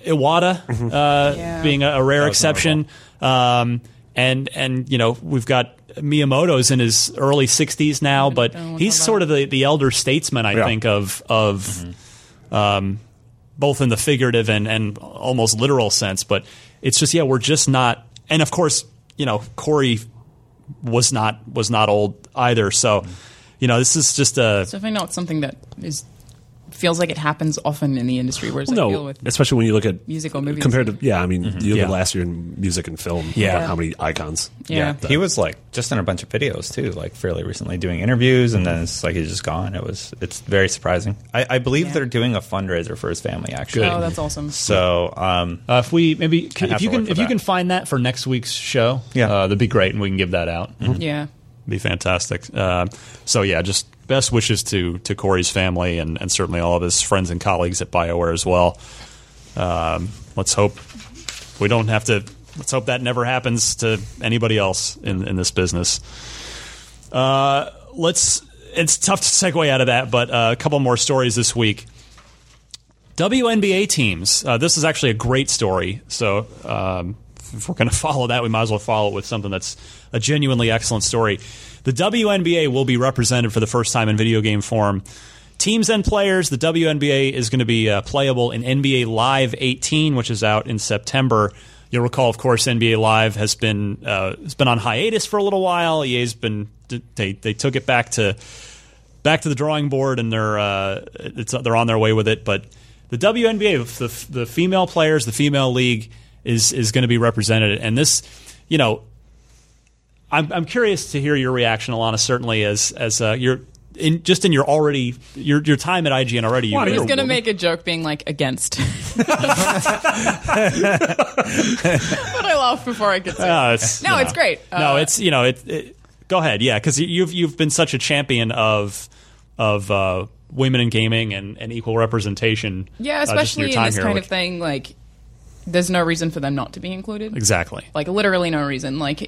Speaker 1: Iwata
Speaker 2: Mm-hmm.
Speaker 1: uh,
Speaker 4: Yeah.
Speaker 1: being a, a rare
Speaker 3: was notable.
Speaker 1: exception, um, and and you know we've got Miyamoto's in his early sixties now, but
Speaker 4: don't know what
Speaker 1: he's
Speaker 4: about.
Speaker 1: sort of the, the elder statesman, I
Speaker 2: Yeah.
Speaker 1: think, of of um, both in the figurative and and almost literal sense. But it's just yeah, we're just not, and of course you know Corey was not was not old either, so. You know, this is just a
Speaker 4: Definitely not something that is feels like it happens often in the industry. Whereas I feel
Speaker 2: no,
Speaker 4: with
Speaker 2: especially when you look at
Speaker 4: music or movies.
Speaker 2: compared to yeah. I mean, you look
Speaker 1: Mm-hmm. Yeah.
Speaker 2: at last year in music and film.
Speaker 1: Yeah.
Speaker 2: about how many icons?
Speaker 4: yeah, Oh,
Speaker 3: He was like just in a bunch of videos too, like fairly recently doing interviews, and then it's like he's just gone. It was it's very surprising. I, I believe
Speaker 4: Yeah.
Speaker 3: they're doing a fundraiser for his family actually.
Speaker 4: oh, that's awesome.
Speaker 3: So um,
Speaker 1: Uh, if we maybe can,
Speaker 3: I'd have
Speaker 1: if you
Speaker 3: to
Speaker 1: can
Speaker 3: look for
Speaker 1: if you
Speaker 3: that.
Speaker 1: can find that for next week's show,
Speaker 3: Yeah. Mm-hmm.
Speaker 1: uh, that'd be great, and we can give that out.
Speaker 4: yeah,
Speaker 1: Be fantastic. Uh, so yeah, just best wishes to to Corey's family and and certainly all of his friends and colleagues at Bioware as well. Um, let's hope we don't have to. Let's hope that never happens to anybody else in in this business. Uh, let's. It's tough to segue out of that, but uh, a couple more stories this week. WNBA teams. Uh, this is actually a great story. So um, if we're going to follow that, we might as well follow it with something that's a genuinely excellent story. The WNBA will be represented for the first time in video game form. Teams and players. The WNBA is going to be uh, playable in NBA Live 18, which is out in September. You'll recall, of course, NBA Live has been uh, has been on hiatus for a little while. EA's been they they took it back to back to the drawing board and they're uh, it's, they're on their way with it. But the WNBA, the, the female players, the female league is is going to be represented, and this, you know, I'm, I'm curious to hear your reaction, Alana. Certainly, as as uh, your in just in your already your your time at IGN already, you
Speaker 2: Why,
Speaker 4: I was
Speaker 2: you're-
Speaker 4: gonna
Speaker 2: woman.
Speaker 4: make a joke being like against, but I laughed before I could say. it.
Speaker 1: No, it's,
Speaker 4: No, it's great.
Speaker 1: Ah, no,
Speaker 4: Uh,
Speaker 1: it's you know it. it go ahead, yeah, because you've you've been such a champion of of uh, women in gaming and, and equal representation.
Speaker 4: yeah,
Speaker 1: uh, just
Speaker 4: especially
Speaker 1: your
Speaker 4: in
Speaker 1: time
Speaker 4: this
Speaker 1: here.
Speaker 4: kind
Speaker 1: Like-
Speaker 4: of thing. Like, there's no reason for them not to be included.
Speaker 1: Exactly.
Speaker 4: like literally no reason like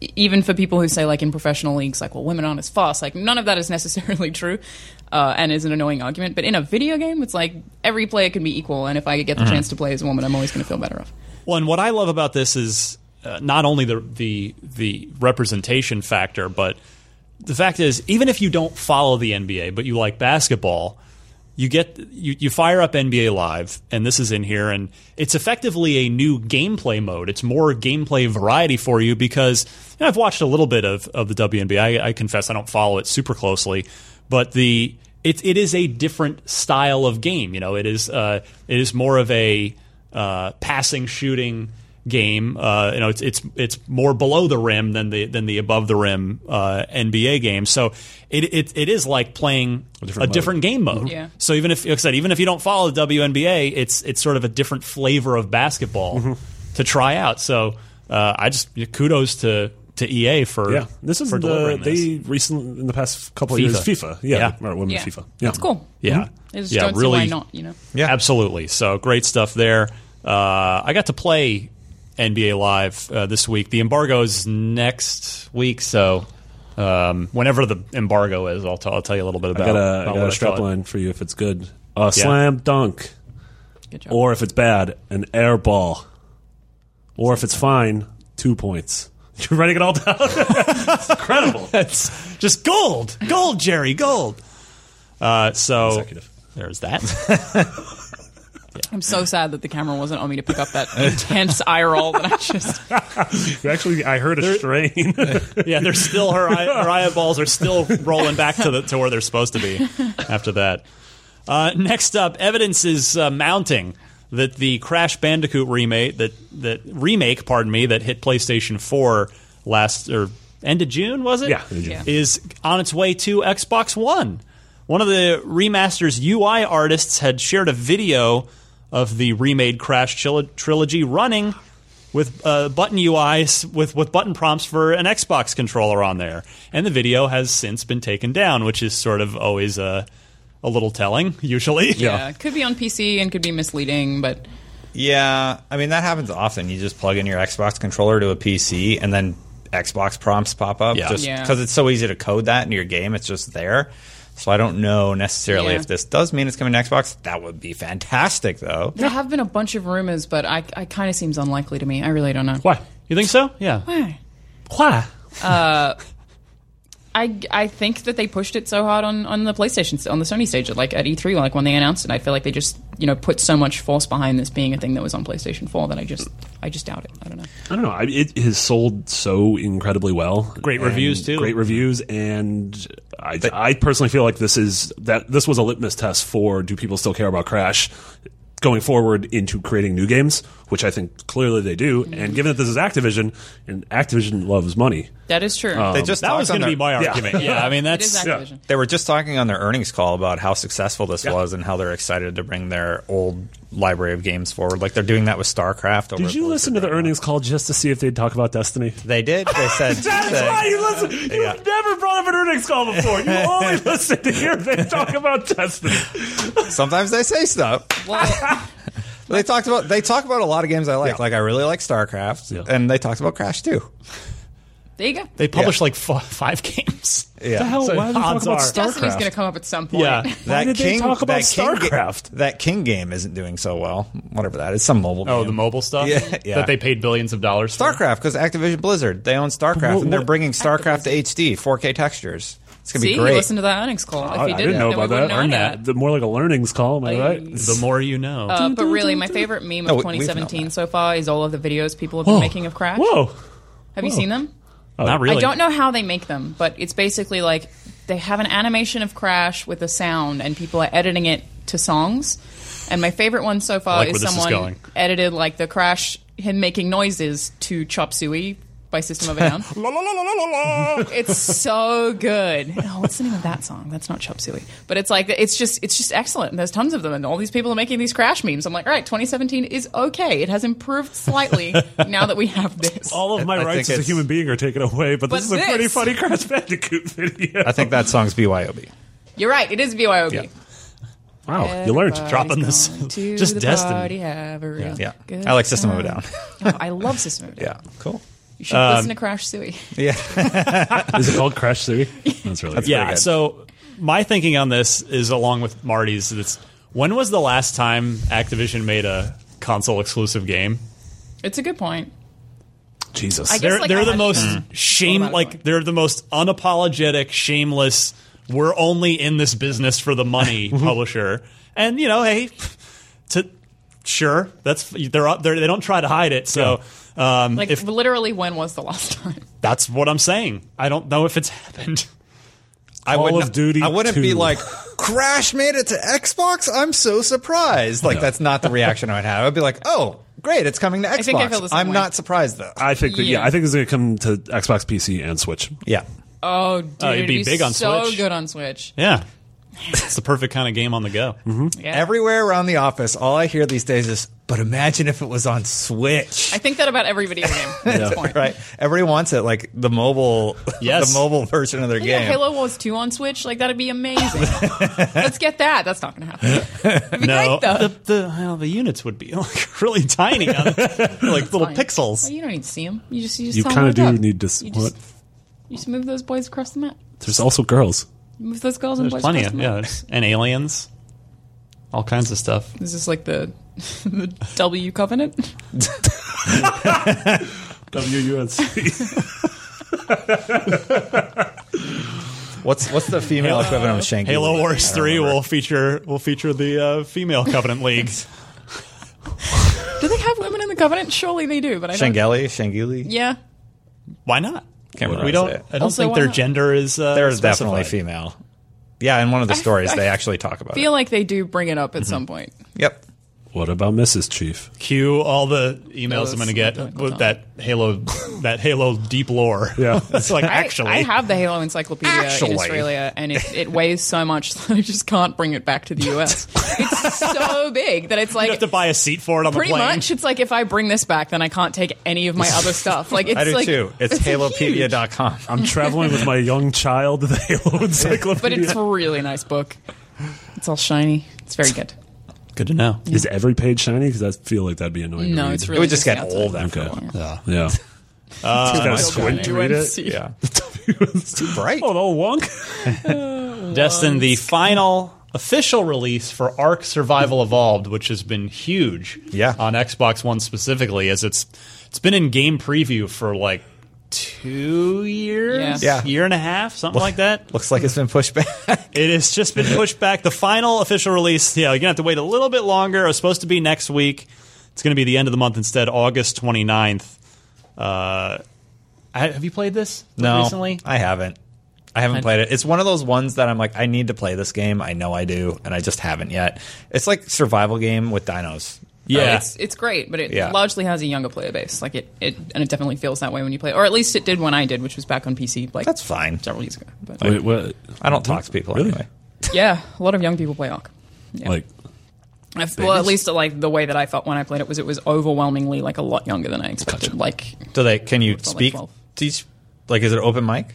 Speaker 4: e- even for people who say like in professional leagues like well women aren't as fast like none of that is necessarily true uh, and is an annoying argument but in a video game it's like every player can be equal and if i get the chance to play as a woman i'm always going to feel better off
Speaker 1: Well, and what I love about this is uh, not only the, the the representation factor, but the fact is, even if you don't follow the NBA, but you like basketball, you get you, you fire up NBA Live, and this is in here, and it's effectively a new gameplay mode. It's more gameplay variety for you because you know, I've watched a little bit of, of the WNBA. I, I confess I don't follow it super closely, but the it, it is a different style of game. You know, it is uh, it is more of a uh, passing shooting game. Uh, you know, it's it's it's more below the rim than the than the above the rim uh, NBA game. So it, it it is like playing a different,
Speaker 2: different mode.
Speaker 1: game mode.
Speaker 4: Yeah.
Speaker 1: So even if like I said, even if you don't follow the WNBA, it's it's sort of a different flavor of basketball
Speaker 2: Mm-hmm.
Speaker 1: to try out. So uh, I just kudos to to EA for
Speaker 2: Yeah, this is
Speaker 1: for
Speaker 2: the
Speaker 1: delivering this.
Speaker 2: they recently in the past couple of
Speaker 1: FIFA.
Speaker 2: years FIFA. Yeah,
Speaker 1: Yeah.
Speaker 2: Or women's
Speaker 4: yeah
Speaker 2: FIFA. Yeah,
Speaker 4: it's cool
Speaker 1: yeah
Speaker 2: Mm-hmm.
Speaker 4: I just
Speaker 1: yeah
Speaker 4: don't
Speaker 1: really
Speaker 4: see why not you know
Speaker 3: Yeah.
Speaker 1: Absolutely. So great stuff there. Uh, I got to play NBA Live uh, this week. The embargo is next week, so um, whenever the embargo is, I'll, t- I'll tell you a little bit about,
Speaker 2: I got a,
Speaker 1: about
Speaker 2: I
Speaker 1: what
Speaker 2: got a strap
Speaker 1: thought.
Speaker 2: line for you if it's good. A slam dunk,
Speaker 4: good job
Speaker 2: or if it's bad, an air ball, or if it's fine, two points. You're writing it all down. it's incredible.
Speaker 1: That's just gold, gold, Jerry, gold. Uh, so
Speaker 2: Executive.
Speaker 1: there's that.
Speaker 4: i'm so sad that the camera wasn't on me to pick up that intense eye roll that i just
Speaker 2: Actually, I heard a strain.
Speaker 1: yeah, they're still her, eye, her eyeballs are still rolling back to the to where they're supposed to be after that. Uh, next up, evidence is uh, mounting that the Crash Bandicoot remake that that remake, pardon me, that hit PlayStation Four last or end of June was it?
Speaker 2: Yeah, end of June. Yeah.
Speaker 1: is on its way to Xbox One. One of the remaster's UI artists had shared a video of the remade Crash chil- trilogy running with uh, button UIs with with button prompts for an Xbox controller on there, and the video has since been taken down, which is sort of always a a little telling, usually.
Speaker 4: Yeah, could be on PC and could be misleading, but
Speaker 3: Yeah, I mean that happens often. You just plug in your Xbox controller to a PC, and then Xbox prompts pop up.
Speaker 1: Yeah.
Speaker 3: just
Speaker 4: Yeah.
Speaker 3: because it's so easy to code that into your game, it's just there. So I don't know necessarily
Speaker 4: Yeah.
Speaker 3: if this does mean it's coming to Xbox. That would be fantastic, though.
Speaker 4: there have been a bunch of rumors, but I, I kind of seems unlikely to me. I really don't know.
Speaker 2: Why?
Speaker 1: You think so? Yeah.
Speaker 4: Why?
Speaker 1: Why?
Speaker 4: I, I think that they pushed it so hard on, on the PlayStation st- on the Sony stage like at E3 like when they announced it I feel like they just you know put so much force behind this being a thing that was on PlayStation 4 that I just I just doubt it I don't know
Speaker 2: I don't know. I, it has sold so incredibly well.
Speaker 1: Great
Speaker 2: And
Speaker 1: reviews, too.
Speaker 2: Great reviews, and I, I personally feel like this is that this was a litmus test for do people still care about Crash going forward into creating new games, which I think clearly they do. And given that this is Activision, and Activision loves money,
Speaker 4: that is true
Speaker 3: They just
Speaker 1: That
Speaker 3: talked
Speaker 1: was going
Speaker 3: on
Speaker 1: to
Speaker 3: their-
Speaker 1: be my
Speaker 2: Yeah.
Speaker 1: argument. Yeah, I mean
Speaker 4: it is
Speaker 1: that's
Speaker 4: Activision
Speaker 3: They were just talking on their earnings call about how successful this was and how they're excited to bring their old library of games forward. Like they're doing that with StarCraft. Over
Speaker 2: Did
Speaker 3: at Blizzard
Speaker 2: you listen to the
Speaker 3: right now.
Speaker 2: earnings call just to see if they'd talk about Destiny?
Speaker 3: They did. They said.
Speaker 2: That's
Speaker 3: they-
Speaker 2: why you listen. You've
Speaker 3: Yeah.
Speaker 2: never brought up an earnings call before. You only listen to hear them talk about Destiny.
Speaker 3: Sometimes they say stuff. They talked about they talk about a lot of games I like.
Speaker 2: Yeah.
Speaker 3: Like I really like StarCraft,
Speaker 2: Yeah.
Speaker 3: and they talked about Crash too.
Speaker 4: there you go
Speaker 1: they published like f- five games.
Speaker 3: Yeah. The hell?
Speaker 1: So
Speaker 2: Why are they talking
Speaker 1: odds
Speaker 2: about
Speaker 1: are-
Speaker 2: Star-
Speaker 4: Destiny's
Speaker 2: StarCraft.
Speaker 4: going to come up at some point
Speaker 1: Yeah.
Speaker 2: Why did they talk about
Speaker 3: ga-
Speaker 2: StarCraft?
Speaker 3: that King game isn't doing so well. Whatever that is, some mobile.
Speaker 1: Oh,
Speaker 3: game.
Speaker 1: the mobile stuff
Speaker 3: Yeah, yeah.
Speaker 1: that they paid billions of dollars for.
Speaker 3: StarCraft because Activision Blizzard they own StarCraft
Speaker 2: what-
Speaker 3: and they're
Speaker 2: what-
Speaker 3: bringing StarCraft to HD 4K textures. It's gonna
Speaker 4: see
Speaker 3: be
Speaker 4: you
Speaker 3: great.
Speaker 4: listen to that earnings call if you
Speaker 2: I didn't know
Speaker 4: then we
Speaker 2: about that.
Speaker 4: wouldn't know
Speaker 1: Learn
Speaker 4: any of
Speaker 1: that.
Speaker 2: The more like a learnings call, am I right?
Speaker 1: The more you know.
Speaker 4: Uh, but really, my favorite meme of
Speaker 3: No, we- we've known
Speaker 4: 2017
Speaker 3: that.
Speaker 4: so far is all of the videos people have been making of Crash.
Speaker 2: Whoa.
Speaker 4: Have you seen them?
Speaker 1: Not really.
Speaker 4: I don't know how they make them, but it's basically like they have an animation of Crash with a sound, and people are editing it to songs. And my favorite one so far
Speaker 1: like where
Speaker 4: is
Speaker 1: this is
Speaker 4: someone
Speaker 1: going.
Speaker 4: edited like the Crash him making noises to Chop Suey by System of a Down. it's so good. Oh, what's the name of that song? That's not Chop Suey, but it's like it's just it's just excellent. And there's tons of them, and all these people are making these Crash memes. I'm like, all right, 2017 is okay. It has improved slightly now that we have this.
Speaker 2: All
Speaker 1: Uh,
Speaker 2: of my
Speaker 3: I think
Speaker 2: rights as a
Speaker 3: it's-
Speaker 2: human being are taken away, but,
Speaker 4: But
Speaker 2: this is a pretty
Speaker 4: this-
Speaker 2: funny Crash Bandicoot video.
Speaker 3: I think that song's BYOB.
Speaker 4: You're right. It is BYOB.
Speaker 2: Wow, you learned.
Speaker 4: Everybody's
Speaker 1: dropping this-
Speaker 4: going to
Speaker 1: just
Speaker 4: the
Speaker 1: Destiny.
Speaker 4: party, have a real
Speaker 3: Yeah,
Speaker 4: good
Speaker 3: I like System of a
Speaker 4: time.
Speaker 3: Down.
Speaker 4: Oh, I love System of a Down.
Speaker 3: yeah, cool.
Speaker 4: You should
Speaker 1: Um,
Speaker 4: listen to Crash Suey.
Speaker 2: Is it called Crash Theory? That's really good.
Speaker 1: yeah.
Speaker 3: good.
Speaker 1: So my thinking on this is along with Marty's. It's when was the last time Activision made a console exclusive game?
Speaker 4: It's a good point.
Speaker 2: Jesus.
Speaker 4: I guess-
Speaker 1: They're
Speaker 4: like
Speaker 1: they're
Speaker 4: I
Speaker 1: the
Speaker 4: had-
Speaker 1: most shame
Speaker 4: Automatically.
Speaker 1: like they're the most unapologetic, shameless. We're only in this business for the money publisher, and you know, hey, to sure that's they're up there. They don't try to hide it, so. Um,
Speaker 4: Like
Speaker 1: if
Speaker 4: literally, when was the last time?
Speaker 1: that's what I'm saying, I don't know if it's happened.
Speaker 3: I
Speaker 2: Call
Speaker 3: would
Speaker 2: of
Speaker 3: not-
Speaker 2: Duty
Speaker 3: I wouldn't be
Speaker 2: 2.
Speaker 3: like, Crash made it to Xbox. I'm so surprised. Like that's not the reaction I would have. I'd be like, oh, great, it's coming to Xbox.
Speaker 4: think I feel the same
Speaker 3: am
Speaker 4: way.
Speaker 3: not surprised though.
Speaker 2: I think that, yeah.
Speaker 4: Yeah.
Speaker 2: I think it's going to come to Xbox, PC, and Switch.
Speaker 3: yeah,
Speaker 4: Oh, dude,
Speaker 1: it'd be big on
Speaker 4: so
Speaker 1: Switch.
Speaker 4: good on Switch.
Speaker 1: Yeah, it's the perfect kind of game on the go.
Speaker 4: Yeah.
Speaker 3: everywhere around the office, all I hear these days is, but imagine if it was on Switch.
Speaker 4: I think that about every video game at this point.
Speaker 3: Right, everyone wants it like the mobile,
Speaker 1: Yes.
Speaker 3: the mobile version of their
Speaker 4: Yeah,
Speaker 3: game.
Speaker 4: Halo Wars 2 on Switch, like that'd be amazing. Let's get that. That's not gonna happen.
Speaker 1: No,
Speaker 4: great,
Speaker 1: the
Speaker 4: though.
Speaker 1: the, well, the units would be like really tiny, on, like little
Speaker 4: Well,
Speaker 1: pixels.
Speaker 4: you don't need to see them. You just you just
Speaker 2: You
Speaker 4: tell 'em
Speaker 2: kind of
Speaker 4: what
Speaker 2: do
Speaker 4: up.
Speaker 2: need to. s-
Speaker 4: You
Speaker 2: What?
Speaker 4: just, you just move those boys across the map.
Speaker 2: There's also girls.
Speaker 4: You move those girls and
Speaker 1: There's
Speaker 4: boys
Speaker 1: plenty
Speaker 4: across
Speaker 1: of
Speaker 4: the
Speaker 1: yeah,
Speaker 4: map.
Speaker 1: there's- and aliens, all kinds of stuff.
Speaker 4: This is like the the W covenant.
Speaker 2: WUNC.
Speaker 3: What's what's the female equivalent of Shanky?
Speaker 1: Halo Wars
Speaker 3: I don't
Speaker 1: Three
Speaker 3: remember.
Speaker 1: will feature will feature the uh, female Covenant League.
Speaker 4: Do they have women in the covenant? Surely they do, but I don't.
Speaker 3: Shangeli, Shangili.
Speaker 4: Yeah,
Speaker 1: Why not?
Speaker 3: Can't remember
Speaker 1: we
Speaker 3: how
Speaker 1: don't.
Speaker 3: to say it.
Speaker 1: I don't
Speaker 4: Also,
Speaker 1: think
Speaker 4: why
Speaker 1: their
Speaker 4: not?
Speaker 1: gender is. Uh,
Speaker 3: There's
Speaker 1: specified.
Speaker 3: definitely female. Yeah, in one of the stories they actually talk about
Speaker 4: feel
Speaker 3: it.
Speaker 4: like they do bring it up at
Speaker 3: Mm-hmm.
Speaker 4: some point.
Speaker 3: Yep.
Speaker 2: what about Mrs. Chief?
Speaker 1: Cue all the emails
Speaker 4: No,
Speaker 1: I'm going to get
Speaker 4: it's not
Speaker 1: with that Halo that Halo deep lore.
Speaker 2: Yeah.
Speaker 1: it's like
Speaker 4: I-
Speaker 1: actually.
Speaker 4: I, have the Halo Encyclopedia
Speaker 3: Actually.
Speaker 4: in Australia, and it, it weighs so much that I just can't bring it back to the US. it's so big that it's
Speaker 1: you
Speaker 4: like
Speaker 1: have to buy a seat for it on
Speaker 4: pretty
Speaker 1: the plane.
Speaker 4: much it's like if I bring this back, then I can't take any of my other stuff. Like it's
Speaker 3: I do
Speaker 4: like
Speaker 3: too. It's,
Speaker 4: huge.
Speaker 3: halopedia.com.
Speaker 2: I'm traveling with my young child, the Halo Encyclopedia.
Speaker 4: but it's a really nice book. It's all shiny. It's very good.
Speaker 1: Good to know.
Speaker 2: Is every page shiny? Because I feel like that'd be annoying. to
Speaker 4: No,
Speaker 2: read.
Speaker 4: it's
Speaker 3: It
Speaker 4: really.
Speaker 3: would just get
Speaker 4: outside.
Speaker 3: old after
Speaker 2: Okay.
Speaker 3: a while.
Speaker 2: Yeah. It's gotta Uh, squint to read it.
Speaker 4: See.
Speaker 3: Yeah. too bright.
Speaker 2: Oh, the old wonk.
Speaker 4: Oh,
Speaker 1: Destin, the final official release for Ark Survival Evolved, which has been huge
Speaker 3: Yeah.
Speaker 1: on Xbox One specifically, as it's it's been in game preview for like two years,
Speaker 4: Yeah.
Speaker 3: Yeah.
Speaker 1: year and a half, something like that.
Speaker 3: Looks like it's been pushed back.
Speaker 1: It has just been pushed back. The final official release, yeah, you're gonna have to wait a little bit longer. It was supposed to be next week. It's gonna be the end of the month instead, August 29th. Uh, I- have you played this recently?
Speaker 3: I haven't. I haven't played it. It's one of those ones that I'm like, I need to play this game. I know I do, and I just haven't yet. It's like survival game with dinos.
Speaker 1: Yeah,
Speaker 4: It's, it's great, but it
Speaker 3: Yeah.
Speaker 4: largely has a younger player base. Like it, it, and it definitely feels that way when you play, or at least it did when I did, which was back on PC. Like
Speaker 3: That's fine.
Speaker 4: several years ago. But,
Speaker 2: Wait, what?
Speaker 3: I don't talk to people
Speaker 2: Really?
Speaker 3: anyway.
Speaker 4: yeah, a lot of young people play Ark. Yeah.
Speaker 2: Like,
Speaker 4: I've- well, at least like the way that I felt when I played it was it was overwhelmingly like a lot younger than I expected. Like
Speaker 3: Do they? Can you
Speaker 4: like
Speaker 3: speak?
Speaker 4: 12.
Speaker 3: Teach? Like, is it open mic?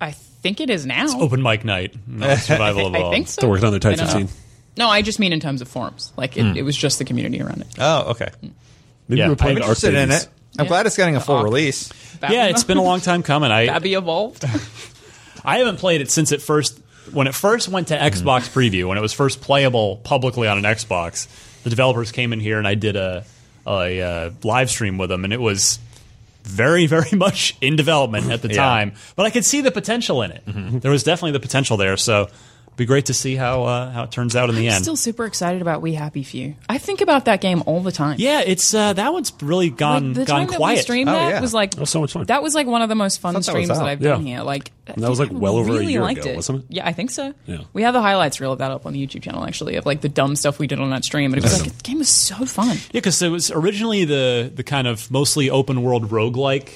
Speaker 4: I think it is now.
Speaker 1: open mic night, not Survival Evolved.
Speaker 4: I think so.
Speaker 2: they're working on their
Speaker 4: I
Speaker 2: Titan
Speaker 4: don't know.
Speaker 2: scene.
Speaker 4: No, I just mean in terms of forums. Like it,
Speaker 1: Hmm.
Speaker 4: it was just the community around it.
Speaker 3: Oh, okay.
Speaker 2: Maybe
Speaker 1: Yeah.
Speaker 2: we're
Speaker 3: I'm
Speaker 2: playing Arc
Speaker 3: interested in
Speaker 2: Babies.
Speaker 3: it. I'm
Speaker 4: Yeah.
Speaker 3: glad it's getting a full
Speaker 4: Awkward.
Speaker 3: release.
Speaker 4: Babylon-
Speaker 1: Yeah, it's been a long time coming. I
Speaker 4: Babby evolved.
Speaker 1: I haven't played it since it first when it first went to Xbox preview when it was first playable publicly on an Xbox. The developers came in here and I did a a uh, live stream with them and it was very very much in development at the
Speaker 3: Yeah.
Speaker 1: time, but I could see the potential in it. There was definitely the potential there, so it'd be great to see how uh, how it turns out in the end.
Speaker 4: Still super excited about We Happy Few. I think about that game all the time.
Speaker 1: yeah, it's uh, that one's really
Speaker 4: Like,
Speaker 1: gone
Speaker 4: the
Speaker 1: gone
Speaker 4: time that we
Speaker 1: quiet.
Speaker 4: streamed
Speaker 3: Oh,
Speaker 4: that
Speaker 3: yeah.
Speaker 4: was like
Speaker 2: That was so much fun.
Speaker 4: That was like one of the most fun
Speaker 3: thought that was
Speaker 4: streams that,
Speaker 3: out.
Speaker 4: I've done
Speaker 2: Yeah.
Speaker 4: here. Like I
Speaker 2: that was,
Speaker 4: think
Speaker 2: like,
Speaker 4: I
Speaker 2: well over a
Speaker 4: really
Speaker 2: year
Speaker 4: liked
Speaker 2: ago, wasn't it?
Speaker 4: Yeah, I think so.
Speaker 2: Yeah.
Speaker 4: we have the highlights reel of that up on the YouTube channel actually of like the dumb stuff we did on that stream, and it was like the game was so fun.
Speaker 1: Yeah, because it was originally the the kind of mostly open world roguelike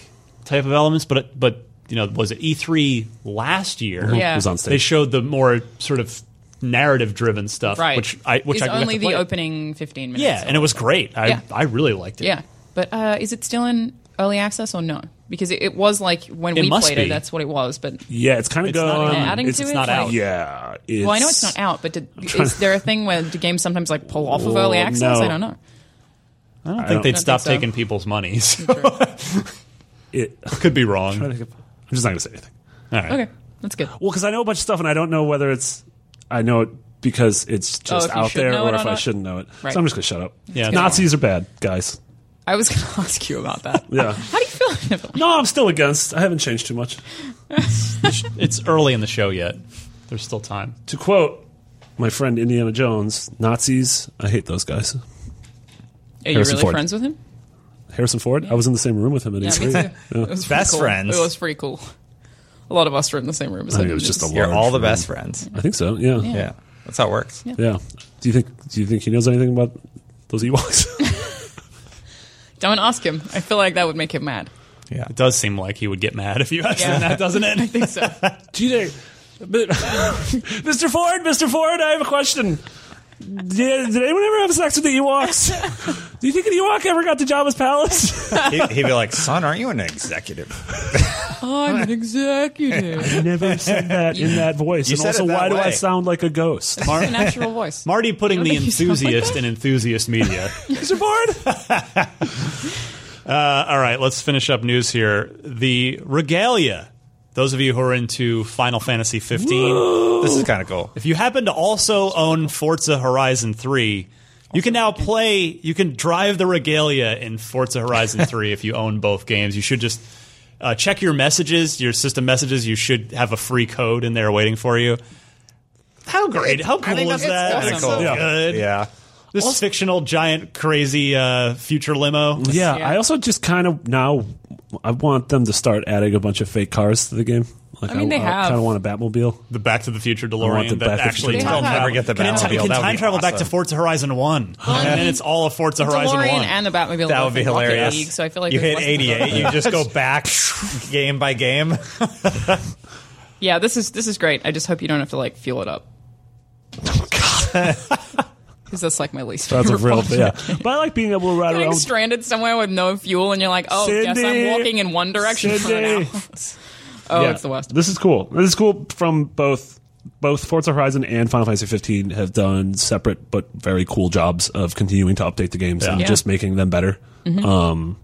Speaker 1: type of elements, but it, but you know, was it E three last year?
Speaker 4: Yeah.
Speaker 2: It was on
Speaker 1: They
Speaker 2: stage.
Speaker 1: showed the more sort of narrative driven stuff,
Speaker 4: Right,
Speaker 1: Which I which
Speaker 4: is
Speaker 1: I got
Speaker 4: only
Speaker 1: to
Speaker 4: the
Speaker 1: play.
Speaker 4: opening fifteen minutes.
Speaker 1: Yeah, and it was great. I
Speaker 4: Yeah.
Speaker 1: I really liked it.
Speaker 4: yeah. But uh, is it still in early access or no? Because it, it was like when
Speaker 1: It
Speaker 4: we
Speaker 1: must
Speaker 4: played
Speaker 1: be.
Speaker 4: it, that's what it was. But
Speaker 2: yeah, it's kind of
Speaker 1: It's not
Speaker 2: gone.
Speaker 1: out.
Speaker 4: Adding
Speaker 2: it's,
Speaker 4: to
Speaker 2: it's
Speaker 4: it,
Speaker 2: not
Speaker 4: like-
Speaker 2: out. Yeah. It's,
Speaker 4: well, I know it's not out. But did, is there a thing where the games sometimes like pull off of early
Speaker 2: Well,
Speaker 4: access?
Speaker 2: no.
Speaker 4: I don't know.
Speaker 1: I don't think
Speaker 2: don't-
Speaker 1: they'd
Speaker 2: Don't
Speaker 1: stop
Speaker 4: think so.
Speaker 1: taking people's money. So
Speaker 2: It,
Speaker 1: could be wrong.
Speaker 2: I'm just not going to say anything.
Speaker 1: All right.
Speaker 4: Okay, that's good.
Speaker 2: Well, because I know a bunch of stuff, and I don't know whether it's I know it because it's just
Speaker 4: Oh, if you
Speaker 2: out
Speaker 4: should
Speaker 2: there,
Speaker 4: know
Speaker 2: or
Speaker 4: it or
Speaker 2: if I
Speaker 4: not.
Speaker 2: shouldn't know it.
Speaker 4: Right.
Speaker 2: So I'm just gonna shut up.
Speaker 1: Yeah.
Speaker 2: Nazis are bad guys.
Speaker 4: I was going to ask you about that.
Speaker 2: Yeah.
Speaker 4: How do you feel?
Speaker 2: No, I'm still against. I haven't changed too much.
Speaker 1: It's early in the show yet. There's still time.
Speaker 2: To quote my friend Indiana Jones, Nazis. I hate those guys.
Speaker 4: Are you
Speaker 2: Harrison
Speaker 4: really
Speaker 2: Ford.
Speaker 4: friends with him?
Speaker 2: Harrison Ford. I was in the same room with him at E
Speaker 4: Yeah, me
Speaker 2: E3.
Speaker 4: too.
Speaker 2: I
Speaker 4: It was pretty
Speaker 3: Best
Speaker 4: cool.
Speaker 3: friends.
Speaker 4: It was pretty cool. A lot of us were in the same room. As
Speaker 2: think
Speaker 4: him.
Speaker 2: it was just a.
Speaker 3: You're
Speaker 2: large
Speaker 3: all the
Speaker 2: room.
Speaker 3: best friends.
Speaker 2: I think so. Yeah.
Speaker 4: Yeah.
Speaker 2: yeah.
Speaker 3: Yeah, that's how it works.
Speaker 2: Do you think? Do you think he knows anything about those Ewoks?
Speaker 4: Don't ask him. I feel like that would make him mad.
Speaker 3: Yeah.
Speaker 1: It does seem like he would get mad if you asked him
Speaker 4: Yeah.
Speaker 1: that, doesn't
Speaker 4: I
Speaker 1: it?
Speaker 4: think so.
Speaker 2: do you think? But, Mr. Ford, Mr. Ford, I have a question. Did, did anyone ever have sex with the Ewoks? Do you think an Ewok ever got to Jabba's palace?
Speaker 3: He, he'd be like, "Son, aren't you an executive?"
Speaker 4: I'm an executive.
Speaker 2: Never said that in that voice.
Speaker 3: You
Speaker 2: and
Speaker 3: said
Speaker 2: also,
Speaker 3: it that
Speaker 2: why do I
Speaker 3: way.
Speaker 2: sound like a ghost?
Speaker 4: It's a natural voice.
Speaker 1: Marty putting
Speaker 4: Don't
Speaker 1: the
Speaker 4: think you sound like
Speaker 1: enthusiast
Speaker 4: that.
Speaker 1: in enthusiast media.
Speaker 2: Mr. Ford,
Speaker 1: All right, let's finish up news here. The regalia. Those of you who are into Final Fantasy 15,
Speaker 3: This is kind of cool.
Speaker 1: if you happen to also own Forza Horizon 3, you can now play, you can drive the regalia in Forza Horizon 3 if you own both games. You should just uh, check your messages, your system messages. You should have a free code in there waiting for you. How great! How cool is that? That's
Speaker 4: awesome.
Speaker 3: Kinda
Speaker 1: so
Speaker 3: cool.
Speaker 1: good.
Speaker 3: Yeah.
Speaker 1: This fictional, giant, crazy uh, future limo.
Speaker 2: yeah,
Speaker 4: Yeah.
Speaker 2: I also just kind of now I want them to start adding a bunch of fake cars to the game. Like
Speaker 4: I mean, they have.
Speaker 2: kind of want a Batmobile.
Speaker 1: the Back to the Future
Speaker 2: want the
Speaker 1: DeLorean
Speaker 2: Back
Speaker 1: that
Speaker 2: to the
Speaker 1: actually
Speaker 2: Future
Speaker 1: time
Speaker 4: DeLorean. Never
Speaker 1: travel.
Speaker 3: get the
Speaker 1: can it
Speaker 3: Batmobile.
Speaker 1: ti- can
Speaker 3: That would
Speaker 1: time
Speaker 3: be
Speaker 1: travel back to
Speaker 3: awesome.
Speaker 1: Forza Horizon One, and then it's all of Forza Horizon
Speaker 4: DeLorean
Speaker 1: One.
Speaker 4: and the Batmobile.
Speaker 3: That
Speaker 4: are
Speaker 3: would be
Speaker 4: in Rocket
Speaker 3: hilarious.
Speaker 4: League, so I feel like
Speaker 3: you
Speaker 4: there's
Speaker 3: hit
Speaker 4: less than-
Speaker 3: 88, you just go back game by game.
Speaker 4: Yeah, this is this is great. I just hope you don't have to like fuel it up. Because that's like my least
Speaker 2: That's a
Speaker 4: favorite
Speaker 2: real,
Speaker 4: part.
Speaker 2: yeah. But I like being able to ride
Speaker 4: Getting
Speaker 2: around.
Speaker 4: stranded somewhere with no fuel, and you're like, oh, guess I'm
Speaker 2: Cindy!
Speaker 4: walking in one direction for an
Speaker 2: Cindy!
Speaker 4: hour. Oh,
Speaker 2: Yeah.
Speaker 4: it's the worst.
Speaker 2: This is cool. This is cool from both both Forza Horizon and Final Fantasy 15 have done separate but very cool jobs of continuing to update the games and
Speaker 4: Yeah. Mm-hmm.
Speaker 2: just making them better. Um,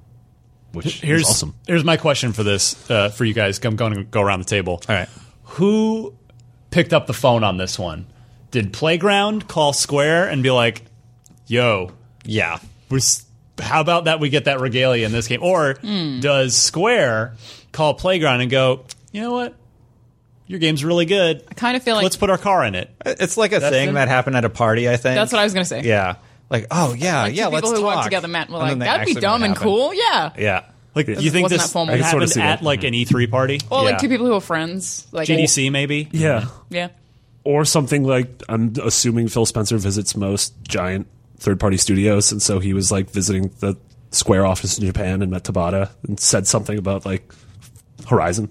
Speaker 2: which
Speaker 1: Here's
Speaker 2: is awesome.
Speaker 1: here's my question for this uh, for you guys. I'm going to go around the table.
Speaker 3: All right.
Speaker 1: who picked up the phone on this one? Did Playground call Square and be like, "Yo,
Speaker 3: Yeah.
Speaker 1: we're, s- how about that we get that regalia in this game?" Or does Square call Playground and go, "You know what? Your game's really good.
Speaker 4: I kind of feel like
Speaker 1: Let's put our car in it."
Speaker 3: It's like a thing that happened at a party, I think.
Speaker 4: That's what I was gonna say.
Speaker 3: Yeah. Like, oh, yeah,
Speaker 4: two
Speaker 3: yeah,
Speaker 4: people
Speaker 3: let's
Speaker 4: who
Speaker 3: talk.
Speaker 4: work together met and were
Speaker 3: And then
Speaker 4: like,
Speaker 3: they
Speaker 4: that'd be
Speaker 3: actually
Speaker 4: dumn
Speaker 3: made it
Speaker 4: and
Speaker 3: happen.
Speaker 4: cool. Yeah.
Speaker 3: Yeah.
Speaker 1: Like, you think
Speaker 4: wasn't
Speaker 1: this
Speaker 4: that formal. I
Speaker 1: happened
Speaker 4: can
Speaker 2: sorta see
Speaker 1: at
Speaker 2: that.
Speaker 1: like an E3 party?
Speaker 4: Or
Speaker 3: Yeah.
Speaker 4: like two people who are friends. Like
Speaker 1: GDC maybe.
Speaker 2: Yeah.
Speaker 4: Yeah.
Speaker 2: Or something like I'm assuming Phil Spencer visits most giant third party studios. And so he was like visiting the Square office in Japan and met Tabata and said something about like Horizon.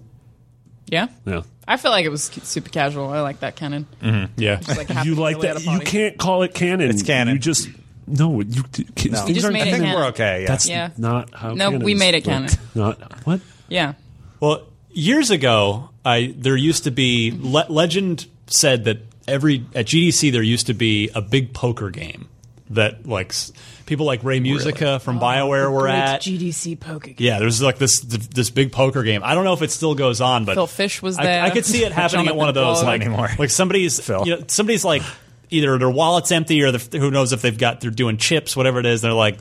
Speaker 4: Yeah.
Speaker 2: Yeah.
Speaker 4: I feel like it was ca- super casual. I like that canon.
Speaker 3: Mm.
Speaker 1: Yeah.
Speaker 4: Like happened
Speaker 2: You like
Speaker 4: really at
Speaker 2: that?
Speaker 4: a
Speaker 2: You
Speaker 4: party.
Speaker 2: can't call it canon. It's
Speaker 3: canon.
Speaker 2: You just no. You, you things
Speaker 3: You
Speaker 4: just
Speaker 2: aren't
Speaker 4: made it
Speaker 2: canon.
Speaker 4: canon.
Speaker 3: We're okay. Yeah.
Speaker 2: That's
Speaker 4: Yeah.
Speaker 2: not how.
Speaker 4: No, we
Speaker 2: canons
Speaker 4: made it
Speaker 2: work.
Speaker 4: canon.
Speaker 2: Not what?
Speaker 4: Yeah.
Speaker 1: Well, years ago, I there used to be le- legend said that every at GDC there used to be a big poker game that like s- people like Ray Musica
Speaker 4: Oh,
Speaker 1: from BioWare were at.
Speaker 4: GDC poker game.
Speaker 1: yeah, there's like this th- this big poker game. I don't know if it still goes on, but
Speaker 4: Phil Fish was
Speaker 1: I-
Speaker 4: there.
Speaker 1: I, could see it happening at one of those
Speaker 4: Jonathan
Speaker 1: like
Speaker 4: Blow.
Speaker 3: Anymore.
Speaker 1: like somebody's
Speaker 3: Phil.
Speaker 1: you know, somebody's like either their wallet's empty or the, who knows if they've got they're doing chips whatever it is. They're like,